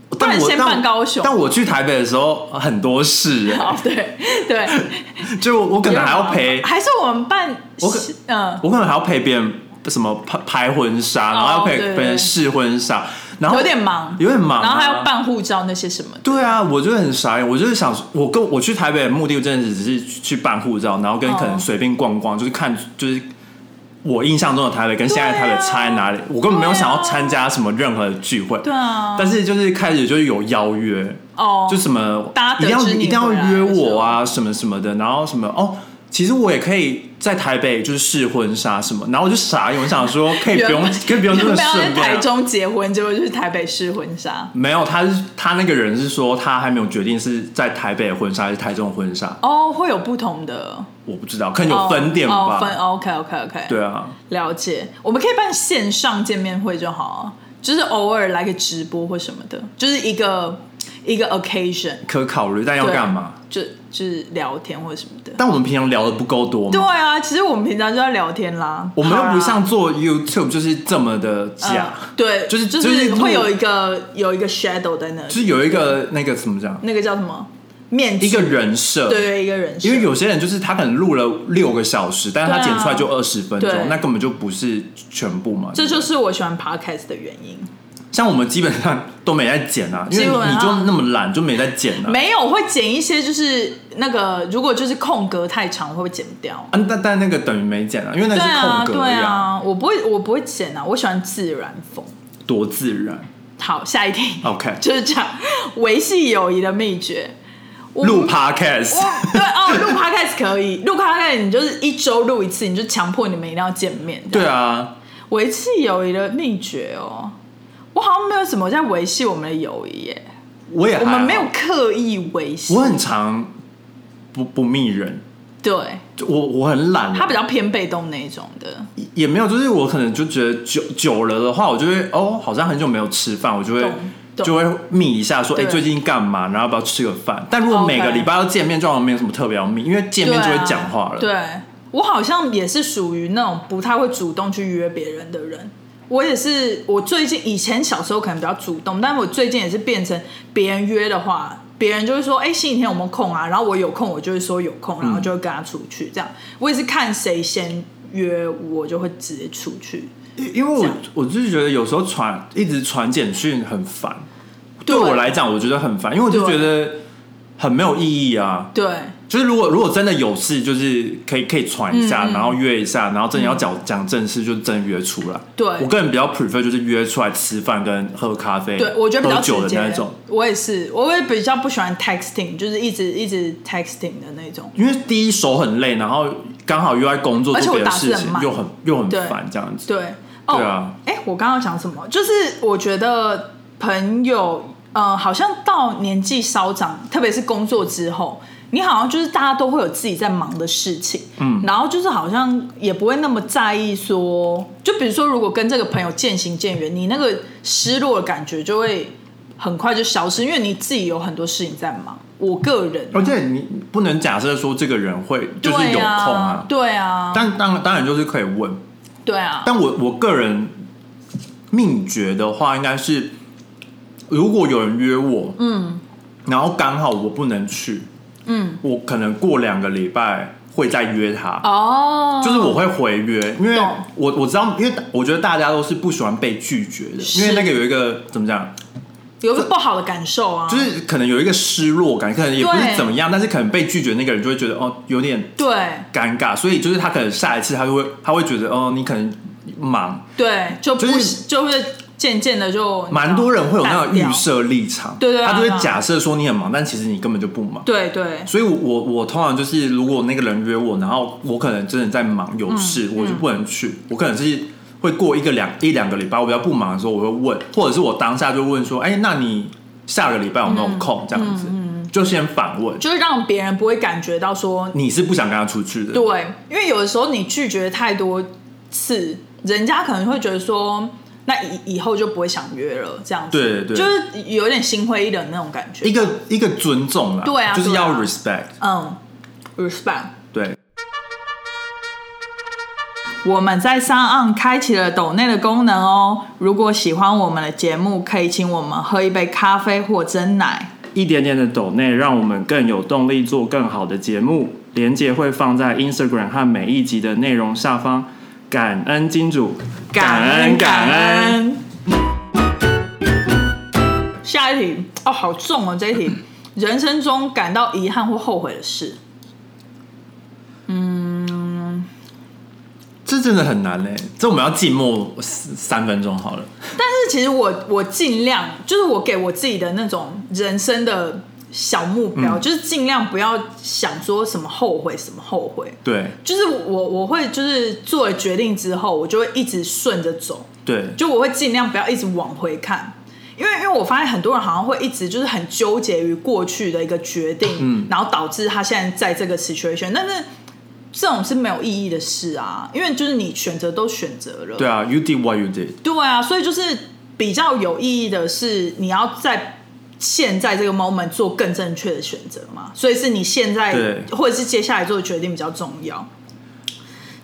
S1: 不
S2: 但
S1: 然
S2: 我
S1: 先办高雄
S2: 但，但我去台北的时候很多事、欸，
S1: 好，对对，
S2: 就我我可能还要陪，
S1: 还是我们办，
S2: 我可
S1: 嗯，
S2: 我可能还要陪别人什么拍拍婚纱，然后要陪
S1: 哦对对
S2: 别人试婚纱，然后
S1: 有点忙，
S2: 有点忙啊、
S1: 然后还要办护照那些什么的。
S2: 对啊，我就很傻眼，我就是想，我跟我去台北的目的真的只是去办护照，然后跟
S1: 哦
S2: 可能随便逛逛，就是看就是我印象中的台北跟现在的
S1: 啊
S2: 台北差在哪里，我根本没有想要参加什么任何聚会。
S1: 对啊，
S2: 但是就是开始就是有邀约，
S1: 哦，
S2: 就什么
S1: 大家
S2: 一
S1: 得
S2: 定要
S1: 知
S2: 一
S1: 你
S2: 定要
S1: 回来
S2: 约
S1: 的时
S2: 我啊，什么什么的，然后什么哦，其实我也可以在台北就是试婚纱什么，然后我就傻眼，我想说可以不用
S1: 原本
S2: 可以不用这
S1: 原
S2: 么
S1: 本要在
S2: 顺便
S1: 台
S2: 啊。
S1: 中结婚，结果去台北试婚纱。
S2: 没有，他是他那个人是说他还没有决定是在台北的婚纱还是台中的婚纱，
S1: 哦，会有不同的，
S2: 我不知道，可能有分店
S1: 哦
S2: 吧。
S1: 哦分 OK OK OK，
S2: 对啊，
S1: 了解。我们可以办线上见面会就好啊，就是偶尔来个直播或什么的，就是一个一个 occasion，
S2: 可考虑，但要
S1: 对
S2: 干嘛？？
S1: 就就是聊天或者什么的。
S2: 但我们平常聊的不够多
S1: 对
S2: 嘛，
S1: 啊，其实我们平常就在聊天啦，
S2: 我们又不
S1: 好啦
S2: 像做 YouTube 就是这么的假，
S1: 呃对，
S2: 就是
S1: 就
S2: 就是
S1: 是
S2: 录
S1: 会有一个有一个 shadow 在那里，
S2: 就是有一个那个怎么讲，
S1: 那个叫什么面具
S2: 一个人设，
S1: 对对一个人设，
S2: 因为有些人就是他可能录了六个小时，但是他
S1: 对啊
S2: 剪出来就二十分钟，
S1: 对
S2: 那根本就不是全部嘛。
S1: 这
S2: 对不
S1: 就
S2: 对
S1: 是我喜欢 podcast 的原因。
S2: 像我们基本上都没在剪啊，因为
S1: 基本上
S2: 你就那么懒，就没在剪啊。
S1: 没有，我会剪一些，就是那个如果就是空格太长，我会剪掉。
S2: 啊，但但那个等于没剪啊，因为那
S1: 对
S2: 是
S1: 啊，
S2: 空格
S1: 对
S2: 呀、
S1: 啊，我不会，我不会剪啊，我喜欢自然风。
S2: 多自然。
S1: 好，下一题
S2: OK，
S1: 就是讲维系友谊的秘诀。我
S2: 录
S1: 我
S2: Podcast
S1: 对哦，录 podcast 可以， 录 podcast 你就是一周录一次，你就强迫你们一定要见面。这样
S2: 对啊，
S1: 维系友谊的秘诀哦，我好像没有什么在维系我们的友谊耶，
S2: 我也还
S1: 我
S2: 好
S1: 们没有，刻意维系
S2: 我。很常不不密人，
S1: 对，
S2: 就我我很懒啊，
S1: 他比较偏被动那一种的。
S2: 也没有，就是我可能就觉得久久了的话，我就会哦，好像很久没有吃饭，我就会
S1: 懂懂
S2: 就会密一下说，哎、
S1: 对哦
S2: 最近干嘛？然后要不要吃个饭？但如果
S1: OK
S2: 每个礼拜要见面，就好像没有什么特别要密，因为见面就会讲话了。
S1: 对,、啊对我好像也是属于那种不太会主动去约别人的人。我也是，我最近以前小时候可能比较主动，但我最近也是变成别人约的话，别人就会说：“哎、星期天有没有空啊？”然后我有空，我就会说有空，然后就会跟他出去。这样，我也是看谁先约，我就会直接出去。
S2: 因因为
S1: 这
S2: 我
S1: 样
S2: 我就是觉得有时候传一直传简讯很烦，
S1: 对
S2: 对我来讲我觉得很烦，因为我就觉
S1: 对
S2: 得很没有意义啊。
S1: 对，
S2: 就是如果如果真的有事，就是可以可以传一下，
S1: 嗯嗯嗯
S2: 然后约一下，然后真的要讲讲正事，就真的约出来。
S1: 对
S2: 我个人比较 prefer 就是约出来吃饭跟喝咖啡，
S1: 对，我觉得比较
S2: 喝酒
S1: 直
S2: 的
S1: 接
S2: 那一种。。
S1: 我也是，我也比较不喜欢 texting，就是一直一直 texting 的那种。
S2: 因为第一手很累，然后刚好又在工作
S1: 而且
S2: 做
S1: 我
S2: 别的
S1: 打字
S2: 事
S1: 很
S2: 情，
S1: 慢
S2: 又很又很
S1: 对
S2: 烦这样子。
S1: 对，哦，
S2: 对啊
S1: 哎、我刚刚讲什么？就是我觉得朋友，呃，好像到年纪稍长，特别是工作之后，你好像就是大家都会有自己在忙的事情，嗯，然后就是好像也不会那么在意说，就比如说如果跟这个朋友渐行渐远，你那个失落的感觉就会很快就消失，因为你自己有很多事情在忙。我个人，
S2: 而且你不能假设说这个人会就是有
S1: 对
S2: 空
S1: 啊
S2: 啊，，
S1: 对啊，
S2: 但当当然就是可以问，
S1: 对啊，
S2: 但我我个人秘诀的话，应该是如果有人约我，嗯，然后刚好我不能去，
S1: 嗯，
S2: 我可能过两个礼拜会再约他，
S1: 哦，
S2: 就是我会回约，因为
S1: 懂
S2: 我我知道，因为我觉得大家都是不喜欢被拒绝的，
S1: 是哦
S2: 因为那个有一个怎么讲，
S1: 有个不好的感受啊，
S2: 就是可能有一个失落感，可能也不是
S1: 对
S2: 怎么样，但是可能被拒绝那个人就会觉得哦有点
S1: 对。
S2: 尴尬，所以就是他可能下一次他就会他会觉得哦你可能忙，
S1: 对，就不、、
S2: 就是
S1: 就会渐渐的就
S2: 蛮多人会有那种预，
S1: 你知道
S2: 设立场，
S1: 对对对
S2: 他就
S1: 对
S2: 会
S1: 对
S2: 假设说你很忙，但其实你根本就不
S1: 淡
S2: 忙。
S1: 掉对对
S2: 所以我，我我通常就是，如果那个人约我，然后我可能真的在忙有事，
S1: 嗯
S2: 我就不能去。我可能是会过一个两一两个礼拜，我比较不忙的时候，我会问，或者是我当下就问说，哎、那你下个礼拜有没有空？
S1: 嗯
S2: 这样子，就先反问。
S1: 就是让别人不会感觉到说
S2: 你是不想跟他出去的？
S1: 对，因为有的时候你拒绝太多次，人家可能会觉得说，那以以后就不会想约了，这样子，
S2: 对对
S1: 就是有点心灰意冷那种感觉
S2: 一。个一个尊重啦，
S1: 对啊
S2: 就是要
S1: 对啊
S2: respect，
S1: 嗯，respect。
S2: 对，
S1: 我们在上岸开启了抖内的功能哦。如果喜欢我们的节目，可以请我们喝一杯咖啡或蒸奶。
S3: 一点点的抖内，让我们更有动力做更好的节目。连接会放在 Instagram 和每一集的内容下方。感恩金主，
S1: 感恩。下一题哦，好重哦，这一 题。人生中感到遗憾或后悔的事，
S2: 这真的很难嘞、这我们要静默三三分钟好了。
S1: 但是其实我我尽量就是我给我自己的那种人生的小目标，就是尽量不要想说什么后悔什么后悔，
S2: 对
S1: 就是我我会就是做了决定之后，我就会一直顺着走，
S2: 对，
S1: 就我会尽量不要一直往回看，因为因为我发现很多人好像会一直就是很纠结于过去的一个决定，
S2: 嗯
S1: 然后导致他现在在这个 situation，但是这种是没有意义的事啊，因为就是你选择都选择了，
S2: 对啊，You did what you did。
S1: 对啊，所以就是比较有意义的是，你要在现在这个 moment 做更正确的选择嘛，所以是你现在
S2: 对
S1: 或者是接下来做的决定比较重要。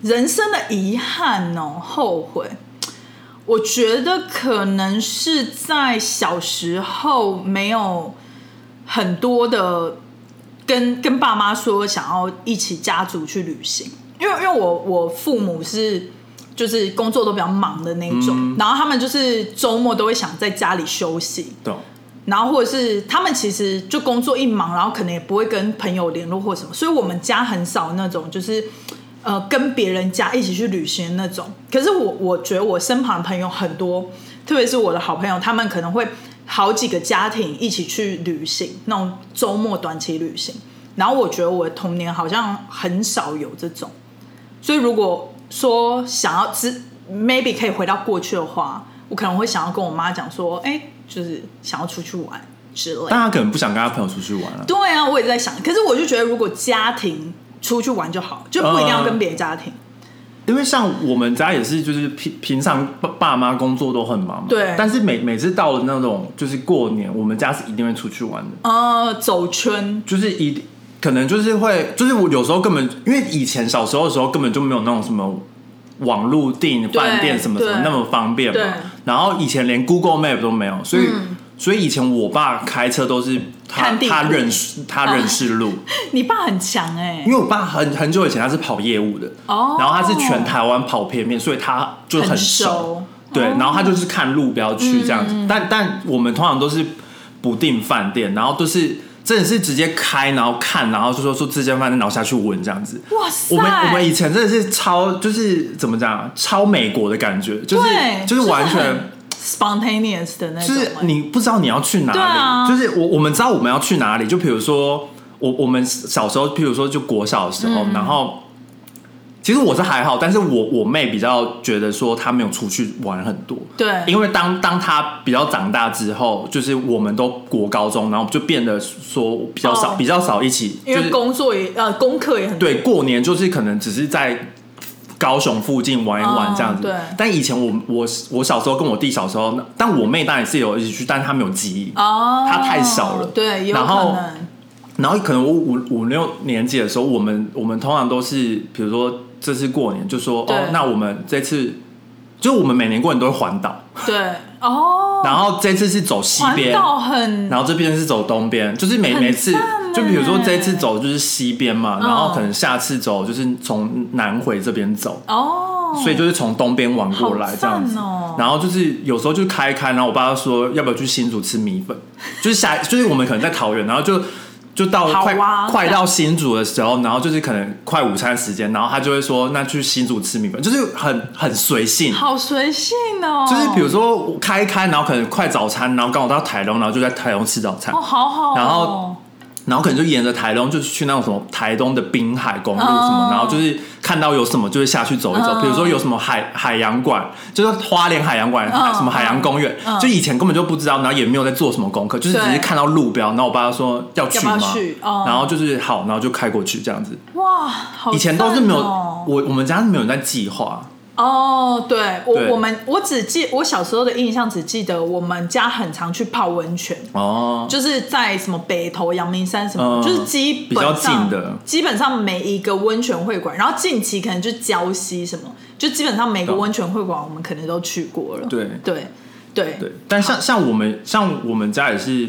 S1: 人生的遗憾哦，后悔，我觉得可能是在小时候没有很多的跟跟爸妈说想要一起家族去旅行，因为因为我我父母是就是工作都比较忙的那种，然后他们就是周末都会想在家里休息，
S2: 懂？
S1: 然后或者是他们其实就工作一忙，然后可能也不会跟朋友联络或什么，所以我们家很少那种就是呃跟别人家一起去旅行的那种。可是我我觉得我身旁的朋友很多，特别是我的好朋友，他们可能会好几个家庭一起去旅行，那种周末短期旅行。然后我觉得我的童年好像很少有这种，所以如果说想要只 maybe 可以回到过去的话，我可能会想要跟我妈讲说，哎、就是想要出去玩之类的
S2: 但他可能不想跟他朋友出去玩啊。
S1: 对啊，我也在想，可是我就觉得如果家庭出去玩就好，就不一定要跟别人家庭。
S2: 因为像我们家也是，就是平平常爸爸妈工作都很忙嘛，
S1: 对
S2: 但是每每次到了那种就是过年，我们家是一定会出去玩的，
S1: 呃，走圈，
S2: 就是一可能就是会，就是我有时候根本因为以前小时候的时候根本就没有那种什么网络订饭店什么什么
S1: 对
S2: 那么方便嘛
S1: 对，嗯
S2: 然后以前连 Google Map 都没有，所以、所以以前我爸开车都是他
S1: 看地图
S2: 他认识他认识路，
S1: 你爸很强哎、
S2: 因为我爸很很久以前他是跑业务的，
S1: 哦
S2: 然后他是全台湾跑片面，所以他就很熟。
S1: 熟哦嗯
S2: 对，然后他就是看路标去这样子，但但我们通常都是不订饭店，然后都是真的是直接开，然后看，然后就说说这间饭店，然后下去闻这样子。
S1: 哇塞
S2: 我们我们以前真的是超就是怎么讲啊，超美国的感觉，就是
S1: 对，
S2: 就是完全
S1: 很 spontaneous 的那
S2: 就
S1: 种
S2: 是
S1: 欸，
S2: 你不知道你要去哪里，
S1: 对啊
S2: 就是我我们知道我们要去哪里，就比如说我我们小时候，譬如说就国小的时候，
S1: 嗯
S2: 然后其实我是还好，但是我我妹比较觉得说她没有出去玩很多，
S1: 对
S2: 因为当当她比较长大之后，就是我们都国高中，然后就变得说比较少、
S1: 哦
S2: 比较少一起，就
S1: 因为
S2: 是
S1: 工作也呃功课也很
S2: 对过年就是可能只是在。高雄附近玩一玩
S1: 哦
S2: 这样子，
S1: 对
S2: 但以前我我我小时候跟我弟小时候，但我妹当然是有一起去，但是她没有记忆，
S1: 哦，
S2: 他太少了
S1: 对，有可
S2: 然后
S1: 能
S2: 然后可能我五五六年级的时候，我们我们通常都是，比如说这次过年就说
S1: 对
S2: 哦，那我们这次就我们每年过年都会环岛，
S1: 对 哦，
S2: 然后这次是走西
S1: 环
S2: 边，
S1: 岛很
S2: 然后这边是走东边，就是每
S1: 很
S2: 每次
S1: 赞
S2: 就比如说
S1: 欸
S2: 这次走就是西边嘛，
S1: 嗯
S2: 然后可能下次走就是从南回这边走。
S1: 哦，
S2: 所以就是从东边玩过来
S1: 好
S2: 这样子，
S1: 赞哦
S2: 然后就是有时候就开一开，然后我爸就说要不要去新竹吃米粉，就是下就是我们可能在桃园，然后就就到
S1: 好
S2: 快、
S1: 啊
S2: 快到新竹的时候，然后就是可能快午餐时间，然后他就会说那去新竹吃米粉，就是很很随性。
S1: 好随性哦，
S2: 就是比如说我开一开，然后可能快早餐，然后刚好到台东，然后就在台东吃早餐，
S1: 哦，好好哦，
S2: 然后然后可能就沿着台东，就是去那种什么台东的滨海公路什
S1: 哦
S2: 么然后就是看到有什么就会下去走一走
S1: 嗯
S2: 比如说有什么海海洋馆，就是花莲海洋馆、
S1: 嗯
S2: 什么海洋公园
S1: 嗯
S2: 就以前根本就不知道，然后也没有在做什么功课，就是只
S1: 对
S2: 是看到路标，然后我爸说要去吗
S1: 要不要去哦
S2: 然后就是好，然后就开过去这样子。
S1: 哇，好
S2: 以前都是没有，
S1: 赞哦
S2: 我我们家是没有在计划，
S1: 哦，对
S2: 对
S1: 我我们我只记我小时候的印象，只记得我们家很常去泡温泉，
S2: 哦，
S1: 就是在什么北投、阳明山什么，
S2: 嗯
S1: 就是基本上
S2: 比较近的
S1: 基本上每一个温泉会馆，然后近期可能就礁溪什么，就基本上每个
S2: 懂
S1: 温泉会馆我们可能都去过了。
S2: 对
S1: 对对
S2: 对，但像像我们像我们家也是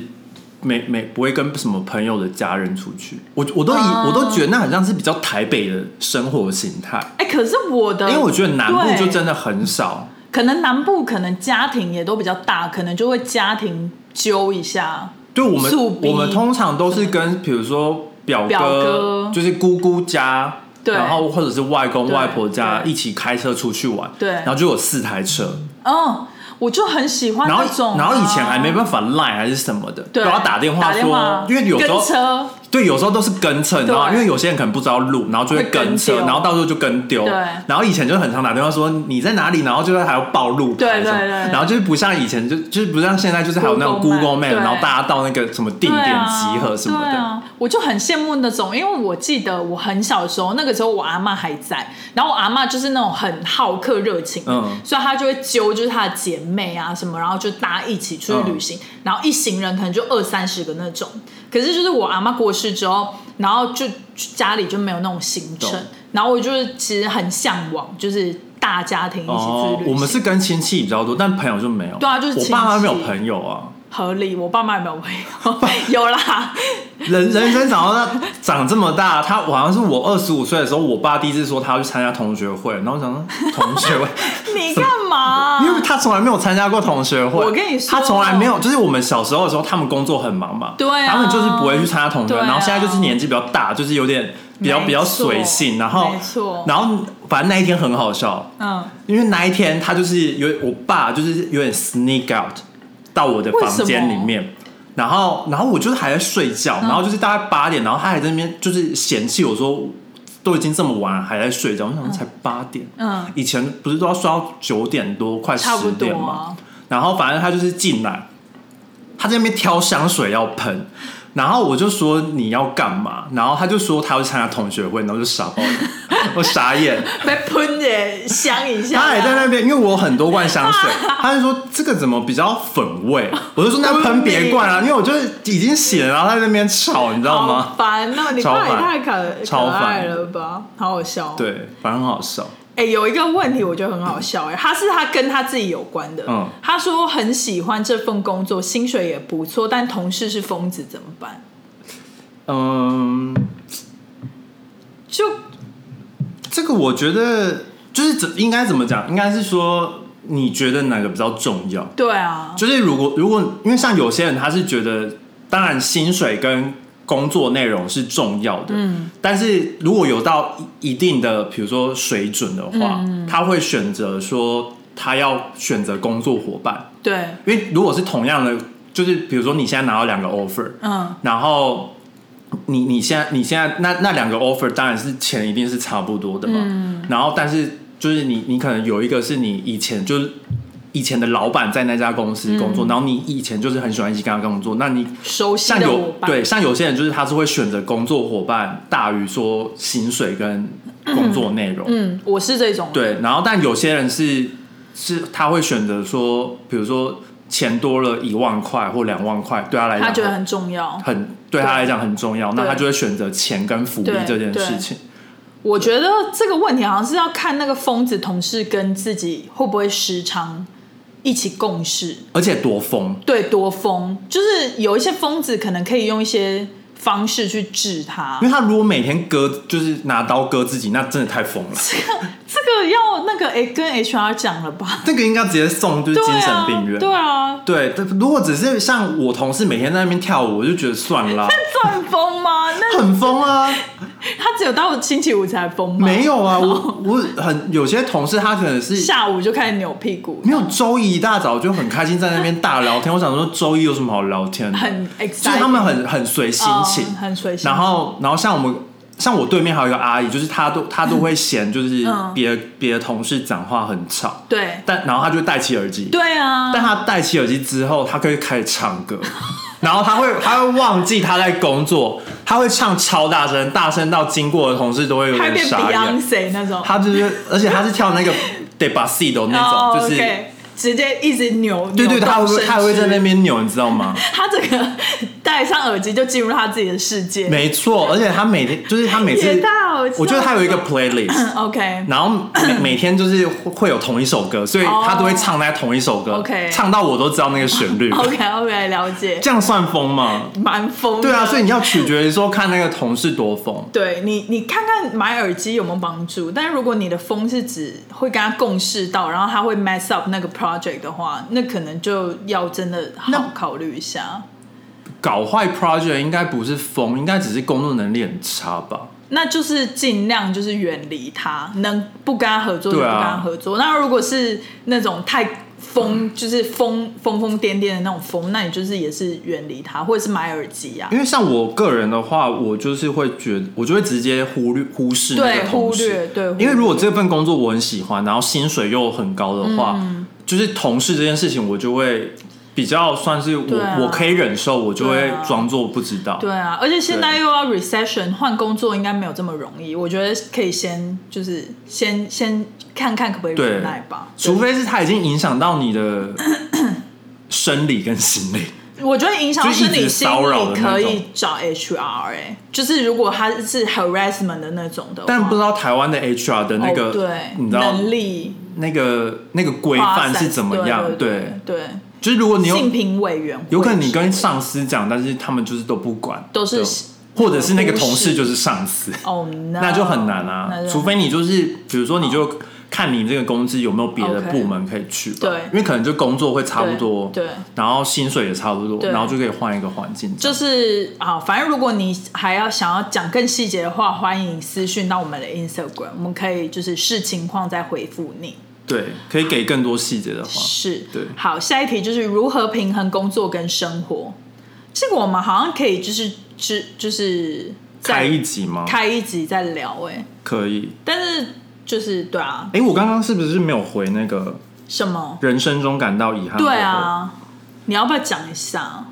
S2: 没没不会跟什么朋友的家人出去，我我都以、
S1: 啊
S2: 我都觉得那好像是比较台北的生活形态，
S1: 哎、可是我的，
S2: 因为我觉得南部就
S1: 对
S2: 真的很少，
S1: 可能南部可能家庭也都比较大，可能就会家庭揪一下。
S2: 就我们
S1: 素逼
S2: 我们通常都是跟比如说表哥
S1: 表哥
S2: 就是姑姑家。
S1: 对
S2: 然后或者是外公
S1: 对
S2: 外婆家
S1: 对
S2: 一起开车出去玩，
S1: 对
S2: 然后就有四台车，
S1: 嗯，我就很喜欢
S2: 然
S1: 那
S2: 后
S1: 种啊、
S2: 然后以前还没办法 line 还是什么的，
S1: 对，
S2: 都要打电话说，因为有时候
S1: 跟车
S2: 对，有时候都是跟蹭，然后
S1: 对
S2: 因为有些人可能不知道路，然后就会跟
S1: 会
S2: 车，
S1: 跟丢
S2: 然后到时候就跟丢。
S1: 对
S2: 然后以前就很常打电话说你在哪里，然后就是还要报路牌
S1: 对对
S2: 什么
S1: 对对
S2: 然后就是不像以前就就是不像现在就是还有那种
S1: Google
S2: Google
S1: Map，
S2: Map，然后
S1: 对
S2: 大家到那个什么定
S1: 对
S2: 点
S1: 啊
S2: 集合什么
S1: 对
S2: 的。
S1: 啊，我就很羡慕那种，因为我记得我很小的时候，那个时候我阿嬷还在，然后我阿嬷就是那种很好客热情，
S2: 嗯
S1: 所以她就会揪就是她的姐妹啊什么，然后就大家一起出去旅行，
S2: 嗯
S1: 然后一行人可能就二三十个那种。可是就是我阿嬷过世之后，然后就家里就没有那种行程
S2: 懂，
S1: 然后我就是其实很向往，就是大家庭一起出
S2: 哦
S1: 去旅行。，
S2: 我们是跟亲戚比较多，但朋友就没有。
S1: 对啊就是
S2: 我爸妈
S1: 亲戚
S2: 没有朋友啊。
S1: 合理，我爸妈也没有朋友， 有 啦，
S2: 人人生长到那长这么大，他 我好像是我二十五岁的时候，我爸第一次说他要去参加同学会，然后我想说同学会，
S1: 你干嘛？
S2: 因为他从来没有参加过同学会。
S1: 啊我跟你说
S2: 他从来没有，就是我们小时候的时候，他们工作很忙嘛，
S1: 对啊
S2: 他们就是不会去参加同学会，
S1: 对啊
S2: 然后现在就是年纪比较大，就是有点比较
S1: 没错
S2: 比较随性，然后
S1: 没错
S2: 然后反正那一天很好笑，
S1: 嗯。
S2: 因为那一天他就是有我爸就是有点 sneak out 到我的房间里面，然后然后我就是还在睡觉，
S1: 嗯
S2: 然后就是大概八点，然后他还在那边就是嫌弃我说都已经这么晚了还在睡觉，我想说才八点，
S1: 嗯
S2: 以前不是都要睡到九点多快
S1: 差不
S2: 十
S1: 多
S2: 点
S1: 啊
S2: 嘛，然后反正他就是进来，他在那边挑香水要喷。然后我就说你要干嘛？然后他就说他要去参加同学会，然后就傻爆了， 我傻眼。
S1: 被喷的香一下，啊
S2: 他还在那边，因为我有很多罐香水，他就说这个怎么比较粉味？我就说那喷别罐啊，因为我就是已经写了，然后在那边吵，你知道
S1: 好
S2: 吗？
S1: 烦哦！你爸也
S2: 超烦
S1: 太可可
S2: 超烦
S1: 爱了吧，好好笑。，哦
S2: 对，反正很好笑。
S1: 哎、有一个问题我觉得很好笑、哎，他是他跟他自己有关的。
S2: 嗯
S1: 他说很喜欢这份工作，薪水也不错，但同事是疯子怎么办？
S2: 嗯，
S1: 就
S2: 这个我觉得就是怎应该怎么讲？应该是说你觉得哪个比较重要？
S1: 对啊，
S2: 就是如果如果因为像有些人他是觉得，当然薪水跟工作内容是重要的，嗯，但是如果有到一一定的比如说水准的话，他会选择说他要选择工作伙伴，
S1: 对，
S2: 因为如果是同样的，就是比如说你现在拿到两个 offer，
S1: 嗯，
S2: 然后你你现在你现在那那两个 offer 当然是钱一定是差不多的嘛，
S1: 嗯
S2: 然后但是就是你你可能有一个是你以前就是以前的老板在那家公
S1: 嗯
S2: 司工作，然后你以前就是很喜欢一起跟他工作，那你
S1: 熟悉
S2: 像
S1: 嗯的
S2: 有
S1: 伙伴，
S2: 对像有些人就是他是会选择工作伙伴大于说薪水跟工作内容，
S1: 嗯，我是这种，
S2: 对，然后但有些人是是他会选择说，比如说钱多了一万块或两万块，对他来讲
S1: 他觉得很重要。
S2: 很对他来讲很重要，那
S1: 对
S2: 他就会选择钱跟福利
S1: 对
S2: 这件事情。
S1: 我觉得这个问题好像是要看那个疯子同事跟自己会不会时常一起共事。
S2: 而且多疯，
S1: 对多疯，就是有一些疯子可能可以用一些方式去治他
S2: 因为。他如果每天割，就是拿刀割自己，那真的太疯了。
S1: 这个要那个诶跟 HR 讲了吧？
S2: 那个应该直接送就是
S1: 对
S2: 精
S1: 啊
S2: 神病院。
S1: 对啊，
S2: 对但如果只是像我同事每天在那边跳舞，我就觉得算啦，
S1: 算疯吗？那
S2: 很疯啊。
S1: 他只有到星期五才疯吗？
S2: 没，有啊，我
S1: 哦
S2: 我很有些同事他可能是
S1: 下午就开始扭屁股，
S2: 没有周一一大早就很开心在那边大聊天，我想说周一有什么好聊天的？
S1: 很
S2: 就是他们很很随心情，
S1: 嗯很随心情
S2: 然后，然后像我们，像我对面还有一个阿姨，就是她都她都会嫌就是
S1: 嗯
S2: 别别的同事讲话很吵，
S1: 对
S2: 但然后她就会戴起耳机，
S1: 对啊，
S2: 但她戴起耳机之后，她可以开始唱歌，然后她会她会忘记她在工作，她会唱超大声，大声到经过的同事都会有
S1: 他
S2: 点
S1: 变
S2: 傻眼。
S1: Beyonce 那种，
S2: 她就是，而且她是 跳那个 Debasito 那种，
S1: 哦
S2: 就是。
S1: OK，直接一直扭，
S2: 对对，
S1: 扭动
S2: 他会
S1: 身
S2: 他会在那
S1: 躯，
S2: 边扭，你知道吗？
S1: 他整个戴上耳机就进入他自己的世 界，
S2: 没错，而且他每天就是他每次
S1: 也太好笑，
S2: 我觉得他有一个 playlist，
S1: 嗯 OK，
S2: 然后每每天就是会有同一首歌，所以
S1: 哦
S2: 他都会唱那同一首歌
S1: OK 哦
S2: 唱到我都知道那个旋 律。
S1: OK OK，了解，
S2: 这样算疯吗？
S1: 蛮疯的。
S2: 对啊，所以你要取决于说看那个同事多疯。
S1: 对你你看看买耳机有没有帮助，但如果你的疯是指会跟他共事到，然后他会 mess up 那个 project 的话，那可能就要真的好
S2: 那
S1: 考虑一下。
S2: 搞坏 project 应该不是疯，应该只是工作能力很差吧？
S1: 那就是尽量就是远离他，能不跟他合作就不
S2: 对
S1: 跟
S2: 啊
S1: 他合作。那如果是那种太
S2: 嗯
S1: 疯，就是疯疯疯癫癫的那种疯，那你就是也是远离它，或者是买耳机啊。
S2: 因为像我个人的话，我就是会觉得，我就会直接忽略忽视那
S1: 对，
S2: 个
S1: 忽
S2: 同事
S1: 略对，忽
S2: 因为如果
S1: 略
S2: 这份工作我很喜欢，然后薪水又很高的话，
S1: 嗯
S2: 就是同事这件事情，我就会比较算是我、
S1: 对啊
S2: 我可以忍受，我就
S1: 对
S2: 会
S1: 啊
S2: 装作不知道。
S1: 对啊，而且现在又要 recession，换工作应该没有这么容易。我觉得可以先就是先先看看可不可以
S2: 对
S1: 忍耐吧。
S2: 除非是他已经影响到你 的生理跟心理。
S1: 我觉得影响到生理心
S2: 就一直骚扰
S1: 理
S2: 的那
S1: 可
S2: 种
S1: 以找 HR 哎、就是如果他是 harassment 的那种的话，
S2: 但不知道台湾的 HR 的那个，
S1: 哦、对
S2: 你知道
S1: 能力
S2: 那个那个规范是怎么样？
S1: 对对对
S2: 就是如果你
S1: 对，性
S2: 有
S1: 评委员会
S2: 有可能你跟上司讲，但是他们就是都不管，
S1: 都是
S2: 对或者是那个
S1: 忽视
S2: 同事就是上司，
S1: 哦 no，
S2: 那就很难啊
S1: 那就。
S2: 除非你就是，比如说你就看你这个公司有没有别的
S1: OK
S2: 部门可以去吧，
S1: 对
S2: 因为可能就工作会差不多，
S1: 对对
S2: 然后薪水也差不多，
S1: 对
S2: 然后就可以换一个环境，
S1: 就是啊，反正如果你还要想要讲更细节的话，欢迎私讯到我们的 Instagram，我们可以就是视情况再回复你。
S2: 对，可以给更多细节的话，
S1: 是，
S2: 对
S1: 好，下一题就是如何平衡工作跟生活。这个我们好像可以就是之就是再
S2: 开一集吗？
S1: 开一集再聊哎、
S2: 可以。
S1: 但是就是对啊，
S2: 哎，我刚刚是不是没有回那个
S1: 什么？
S2: 人生中感到遗憾？
S1: 对，啊，你要不要讲一下？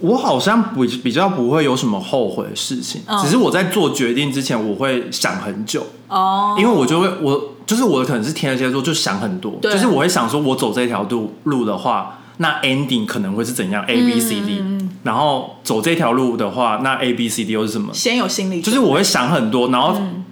S2: 我好像比比较不会有什么后悔的事情，
S1: 嗯
S2: 只是我在做决定之前，我会想很久。
S1: 哦，
S2: 因为我就会我就是我可能是天蝎座，就想很多，
S1: 对
S2: 就是我会想说，我走这条路路的话，那 ending 可能会是怎样 A B C D，、然
S1: 嗯
S2: 后走这条路的话，那 A B C D 又是什么？
S1: 先有心理准备，
S2: 就是我会想很多，然后
S1: 嗯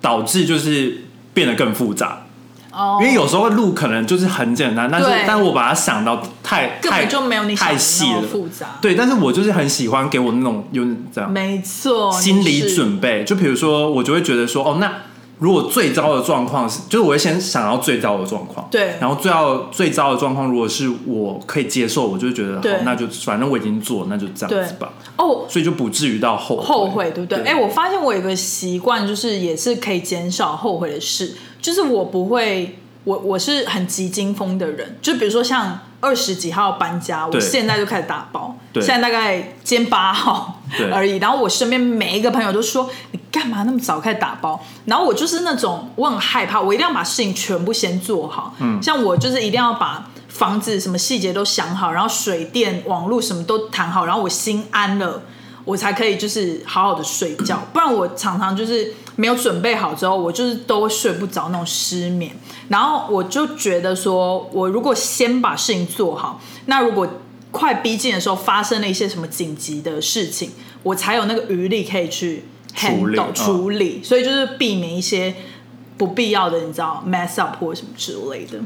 S2: 导致就是变得更复杂，
S1: 哦，
S2: 因为有时候路可能就是很简单，但是
S1: 对
S2: 但我把它想到太
S1: 根
S2: 太
S1: 本就没有你想
S2: 太
S1: 的
S2: 细
S1: 那么
S2: 了，
S1: 复杂。
S2: 对，但是我就是很喜欢给我那种有点这样
S1: 没错，
S2: 心
S1: 哦你
S2: 理
S1: 是
S2: 准备。就比如说，我就会觉得说，哦，那如果最糟的状况是，就是我会先想到最糟的状况，
S1: 对
S2: 然后最糟最糟的状况，如果是我可以接受，我就会觉得哦
S1: 对
S2: 好，那就反正我已经做，那就这样子吧，
S1: 哦。
S2: 所以就不至于到后
S1: 后悔对不对？哎、
S2: 哎，
S1: 我发现我有一个习惯，就是也是可以减少后悔的事，就是我不会，我我是很急惊风的人，就比如说像二十几号搬家，我
S2: 对
S1: 现在就开始打包，
S2: 对
S1: 现在大概今天八号
S2: 对
S1: 而已，然后我身边每一个朋友都说你干嘛那么早开始打包，然后我就是那种我很害怕，我一定要把事情全部先做好，嗯，像我就是一定要把。房子什么细节都想好，然后水电、网络什么都谈好，然后我心安了，我才可以就是好好的睡觉，不然我常常就是没有准备好之后，我就是都会睡不着那种失眠。然后我就觉得说，我如果先把事情做好，那如果快逼近的时候发生了一些什么紧急的事情，我才有那个余力可以去
S2: 处理
S1: handle
S2: 嗯
S1: 处理。所以就是避免一些不必要的，你知道 mess up 或什么之类的。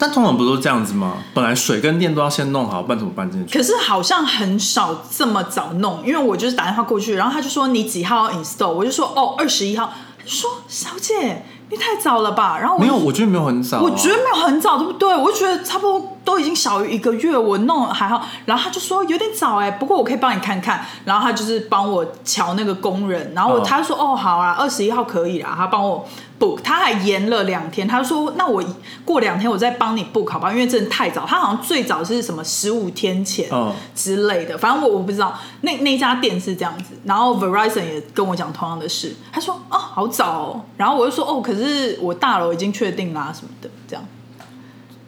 S2: 但通常不都这样子吗？本来水跟电都要先弄好，不然怎么搬进去？
S1: 可是好像很少这么早弄，因为我就是打电话过去，然后他就说你几号要 install，我就说哦二十一号，他就说小姐你太早了吧， 然后我
S2: 没
S1: 就
S2: 有，我觉得没有很早啊、
S1: 我觉得没有很早，对不对？我就觉得差不多都已经小于一个月，我弄还好。然后他就说有点早哎、不过我可以帮你看看。然后他就是帮我瞧那个工人，然后我、
S2: 嗯
S1: 他就说哦好啊，二十一号可以啦，他帮我 book，他还延了两天，他就说那我过两天我再帮你 book 好吧，因为真的太早，他好像最早是什么十五天前
S2: 嗯
S1: 之类的，反正我我不知道那那家店是这样子。然后 Verizon 也跟我讲同样的事，他说哦好早哦，然后我就说哦可是我大楼已经确定啦、什么的，这样。
S2: 嗯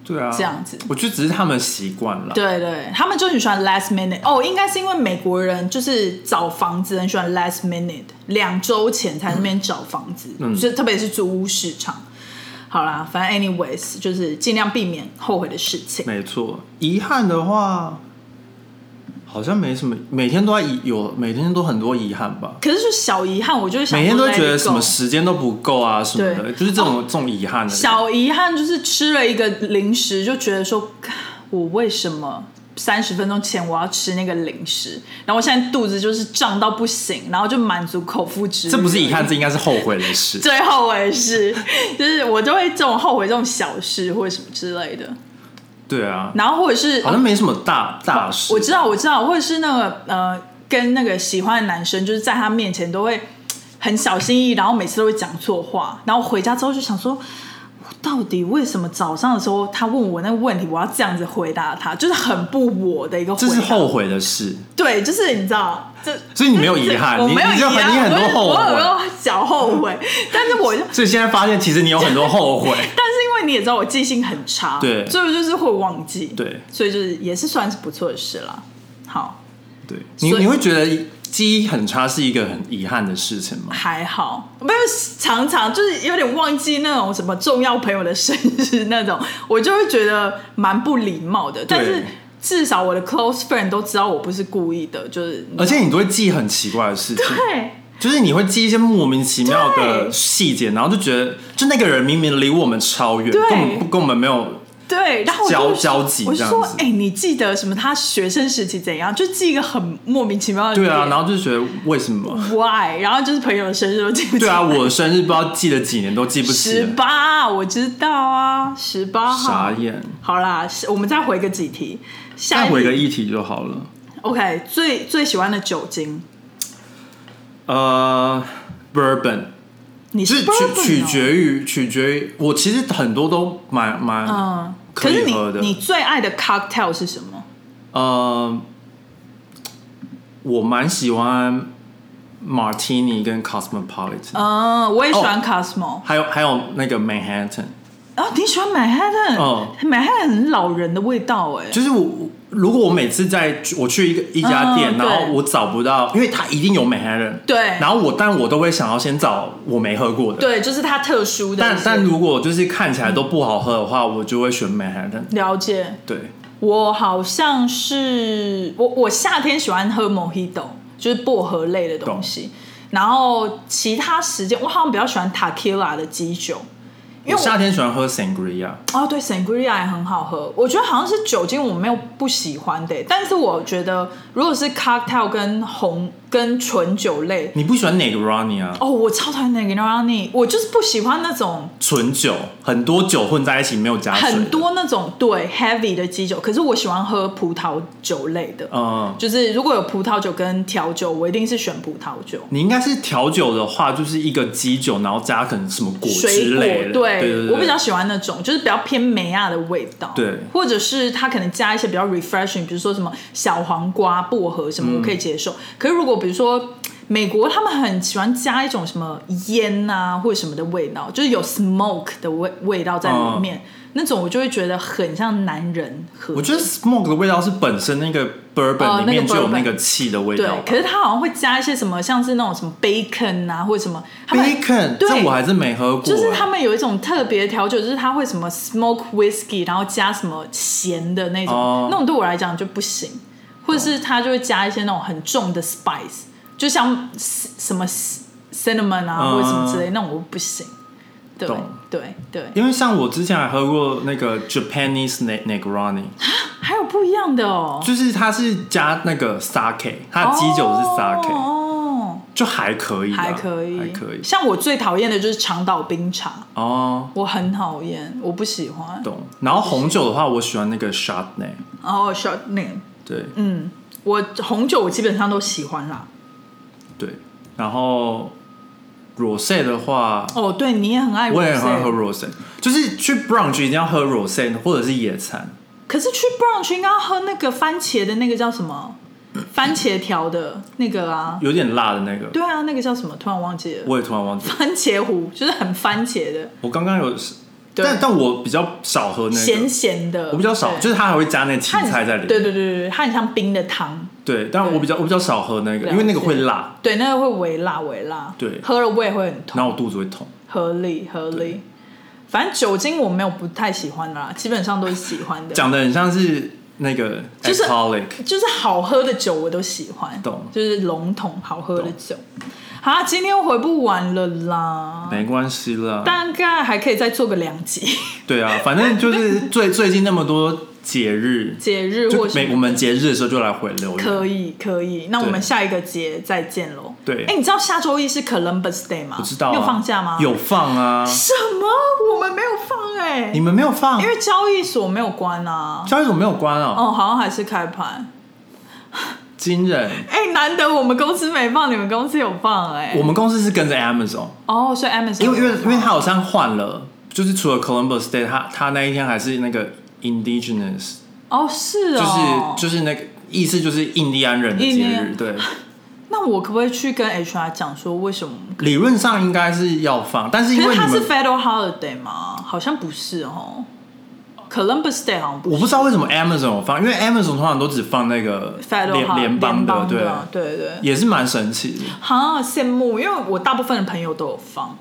S2: 对啊，
S1: 这样子
S2: 我觉得只是他们习惯了。
S1: 对对，他们就很喜欢 last minute。哦，应该是因为美国人就是找房子很喜欢 last minute，两周前才在那边找房子，
S2: 嗯
S1: 就特别是租屋市场。好啦，反正 anyways 就是尽量避免后悔的事情。
S2: 没错，遗憾的话，好像没什么，每天都在遗有，每天都很多遗憾吧。
S1: 可是就小遗憾，我就是想
S2: 每天
S1: 说
S2: 都
S1: let
S2: 觉得
S1: it
S2: 什么
S1: go
S2: 时间都不够啊，什么的，
S1: 对哦
S2: 就是这种、这种遗憾的。
S1: 小遗憾就是吃了一个零食，就觉得说，嘎我为什么三十分钟前我要吃那个零食？然后我现在肚子就是胀到不行，然后就满足口腹之欲。
S2: 这不是遗憾，这应该是后悔的事。
S1: 最后悔是，就是我就会这种后悔这种小事或者什么之类的，
S2: 对啊，
S1: 然后或者是
S2: 好像没什么大大事。
S1: 我知道我知道，或者是那个呃，跟那个喜欢的男生，就是在他面前都会嘖很小心翼翼，然后每次都会讲错话，然后回家之后就想说。我到底为什么早上的时候他问我那个问题，我要这样子回答他，就是很不我的一个回
S2: 这
S1: 答。
S2: 是后悔的事，
S1: 对，就是你知道，这
S2: 所以你没有遗憾
S1: 我
S2: 你
S1: 没有
S2: 你
S1: 遗
S2: 就很
S1: 憾，
S2: 你很多后
S1: 我有
S2: 悔
S1: 我有小后悔， 但是我就
S2: 所以现在发现其实你有很多后悔。
S1: 但是因为你也知道我记性很差，
S2: 对
S1: 所以我就是会忘记，
S2: 对
S1: 所以就是也是算是不错的事啦。好，
S2: 对，你
S1: 所以
S2: 你会觉得记忆很差是一个很遗憾的事情吗？
S1: 还好，没有常常就是有点忘记那种什么重要朋友的生日那种， 我就会觉得蛮不礼貌的。但是至少我的 close friend 都知道我不是故意的，就是
S2: 而且你都会记很奇怪的事情，
S1: 对
S2: 就是你会记一些莫名其妙的细节，然后就觉得，就那个人明明离我们超远，
S1: 对
S2: 跟我们不跟我们没有，
S1: 对，然后我就
S2: 交
S1: 说
S2: 交集
S1: 我就
S2: 这样
S1: 说
S2: 子
S1: 哎、你记得什么？他学生时期怎样？就记一个很莫名其妙的
S2: 对啊，
S1: 点
S2: 然后就觉得为 什么？
S1: why，然后就是朋友的生日都记不起
S2: 对
S1: 来
S2: 啊，我生日不知道记了几年都记不起
S1: 十
S2: 了，
S1: 八，我知道啊，十八号
S2: 傻。眼。
S1: 好啦，是我们再回个几题。下
S2: 再
S1: 一
S2: 回
S1: 题
S2: 个议题就好了。
S1: OK，最最喜欢的酒精，
S2: 呃，bourbon，
S1: 你
S2: 就是是
S1: bourbon 哦
S2: 取取决于取决于我，其实很多都蛮蛮
S1: 嗯，
S2: 可
S1: 是
S2: 以
S1: 你
S2: 喝的。
S1: 你最爱的 cocktail 是什么？
S2: 呃，我蛮喜欢 martini 跟 cosmopolitan，、
S1: 嗯，我也喜
S2: 哦
S1: 欢 Cosmo
S2: 还有还有那个 Manhattan。
S1: 啊，你喜欢 Manhattan？
S2: 哦
S1: Manhattan 很老人的味道哎，
S2: 就是我我如果我每次在我去一个一家店，
S1: 嗯
S2: 然后
S1: 对
S2: 我找不到，因为它一定有 Manhattan，
S1: 对
S2: 然后我但我都会想要先找我没喝过的。
S1: 对，就是它特殊的一
S2: 但
S1: 些。
S2: 但如果就是看起来都不好喝的话，我就会选 Manhattan。
S1: 了解，
S2: 对，
S1: 我好像是我我夏天喜欢喝 Mojito，就是薄荷类的东西。然后其他时间我好像比较喜欢 Tequila 的基酒，因为
S2: 我
S1: 我
S2: 夏天喜欢喝 Sangria，
S1: 哦对 Sangria 也很好喝。我觉得好像是酒精我没有不喜欢的，但是我觉得如果是 cocktail 跟红跟纯酒类，
S2: 你不喜欢 Negroni 啊？
S1: 哦我超讨厌 Negroni，我就是不喜欢那种
S2: 纯酒，很多酒混在一起没有加水，
S1: 很，多那种对 heavy 的基酒，可是我喜欢喝葡萄酒类的。
S2: 嗯。
S1: 就是如果有葡萄酒跟调酒，我一定是选葡萄酒。
S2: 你应该是调酒的话，就是一个基酒，然后加可能什么果
S1: 水
S2: 汁
S1: 果
S2: 类的，对对对，
S1: 我比较喜欢那种，就是比较偏梅亚的味道，
S2: 对
S1: 或者是它可能加一些比较 refreshing，比如说什么小黄瓜、薄荷什么，
S2: 嗯
S1: 我可以接受。可是如果比如说美国，他们很喜欢加一种什么烟啊或者什么的味道，就是有 smoke 的味味道在里面，那种我就会觉得很像男人喝。
S2: 嗯我觉得 smoke 的味道是本身那个
S1: 哦
S2: bourbon 里
S1: 那
S2: 面
S1: 个
S2: 就有
S1: bourbon
S2: 那个气的味
S1: 对
S2: 道吧。，
S1: 可是它好像会加一些什么，像是那种什么 bacon 啊，或者什么他们
S2: bacon
S1: 对
S2: 这我还真没喝过欸，
S1: 就是他们有一种特别调酒，就是它会什么 smoke whiskey，然后加什么咸的那种，
S2: 哦
S1: 那种对我来讲就不行，或者是它就会加一些那种很重的 spice，就像 c- 什么 c- cinnamon 啊、
S2: 嗯
S1: 或者什么之类，那种我不行。对
S2: 懂
S1: 对对，
S2: 因为像我之前还喝过那个 Japanese Ne- Negroni，
S1: 还有不一样的哦，
S2: 就是它是加那个 sake，它的基酒是 sake，、
S1: 哦，
S2: 就还可以啦，
S1: 还可以，
S2: 还可以。
S1: 像我最讨厌的就是长岛冰茶，
S2: 哦，
S1: 我很讨厌，我不喜欢。
S2: 懂。然后红酒的话，我喜欢那个 Chardonnay，
S1: 然后 short name，
S2: 对、
S1: 嗯，我红酒我基本上都喜欢啦。
S2: 对。然后 rosé 的话，
S1: 哦，对，你也很爱 rosé，
S2: 我也很爱喝 rosé，就是去 brunch 一定要喝 rosé 或者是野餐。
S1: 可是去 brunch 应该要喝那个番茄的那个叫什么？番茄调的那个啊？
S2: 有点辣的那个，
S1: 对啊，那个叫什么？突然忘记了。
S2: 我也突然忘记了。
S1: 番茄糊就是很番茄的，
S2: 我刚刚有，
S1: 对
S2: 但但我比较少喝那个，
S1: 咸咸的。
S2: 我比较少，
S1: 对
S2: 就是它还会加那青
S1: 它很
S2: 菜在里面。
S1: 对对对对对，它很像冰的汤。
S2: 对，但我比较我比较少喝那
S1: 了
S2: 个，
S1: 解
S2: 因为那个会辣，
S1: 对，那个会微辣微辣。
S2: 对
S1: 喝了胃会很
S2: 然
S1: 痛。
S2: 后我肚子会痛。
S1: 合理合理。反正酒精我没有不太喜欢的啦，基本上都是喜欢的。
S2: 讲的很像是那个
S1: 就是
S2: alcoholic，
S1: 就是好喝的酒我都喜欢，
S2: 懂
S1: 就是笼统好喝的
S2: 懂
S1: 酒。好，今天回不完了啦，
S2: 没关系啦。
S1: 大概还可以再做个两集
S2: 对啊，反正就是最最近那么多 节日，
S1: 节日
S2: 就
S1: 或
S2: 每我
S1: 许
S2: 们节日的时候就来回流言。
S1: 可以可以。那我们
S2: 对
S1: 下一个节再见喽。
S2: 对
S1: 哎，你知道下周一是 Columbus Day 吗？
S2: 我知道、啊，
S1: 你有放假吗？
S2: 有放 啊，
S1: 什么？我们没有放哎、
S2: 你们没有放
S1: 因？为交易所没有关啊。
S2: 交易所没有关哦，
S1: 哦，好像还是开盘。
S2: 惊人！
S1: 哎、难得我们公司没放，你们公司有放哎、
S2: 我们公司是跟着 Amazon，
S1: 哦，所以 Amazon
S2: 因为因为
S1: 有
S2: 因
S1: 放
S2: 为它好像换了就是除了 Columbus Day，他他那一天还是那个 Indigenous，
S1: 哦，是
S2: 就是、
S1: 哦，。
S2: 就是是那个意思就是印第安人的
S1: 印第
S2: 节
S1: 安
S2: 日，对。
S1: 那我可不可以去跟 HR 讲说为什么？
S2: 理论上应该是要放，但是因
S1: 可
S2: 为
S1: 是
S2: 你
S1: 它
S2: 们
S1: 是 Federal Holiday 吗？好像不是哦。Columbus Day 好像不
S2: 我
S1: 是
S2: 不知道为什么 Amazon 有放，因为 Amazon 通常都只放那个
S1: Federal
S2: 联
S1: Hol-
S2: 联邦的，对，
S1: 的对对。
S2: 也是蛮神奇的。
S1: 好羡慕，因为我大部分的朋友都有放，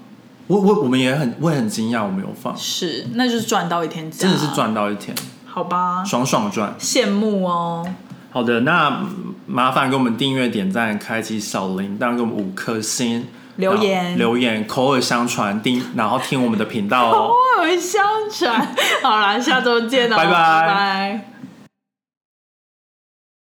S2: 我我我们也很我也很惊讶，我们有放，
S1: 是，啊那就是赚到一天假，
S2: 真的是，赚到一天，
S1: 好吧，
S2: 爽爽赚。
S1: 羡慕哦。
S2: 好的，那嗯麻烦给我们订阅、点赞、开启小铃铛，给我们五颗星，
S1: 留言
S2: 然后留言，口耳相传，订 然后听我们的频道哦。
S1: 我有相传，好啦，下周见哦，
S2: 拜拜
S1: 拜拜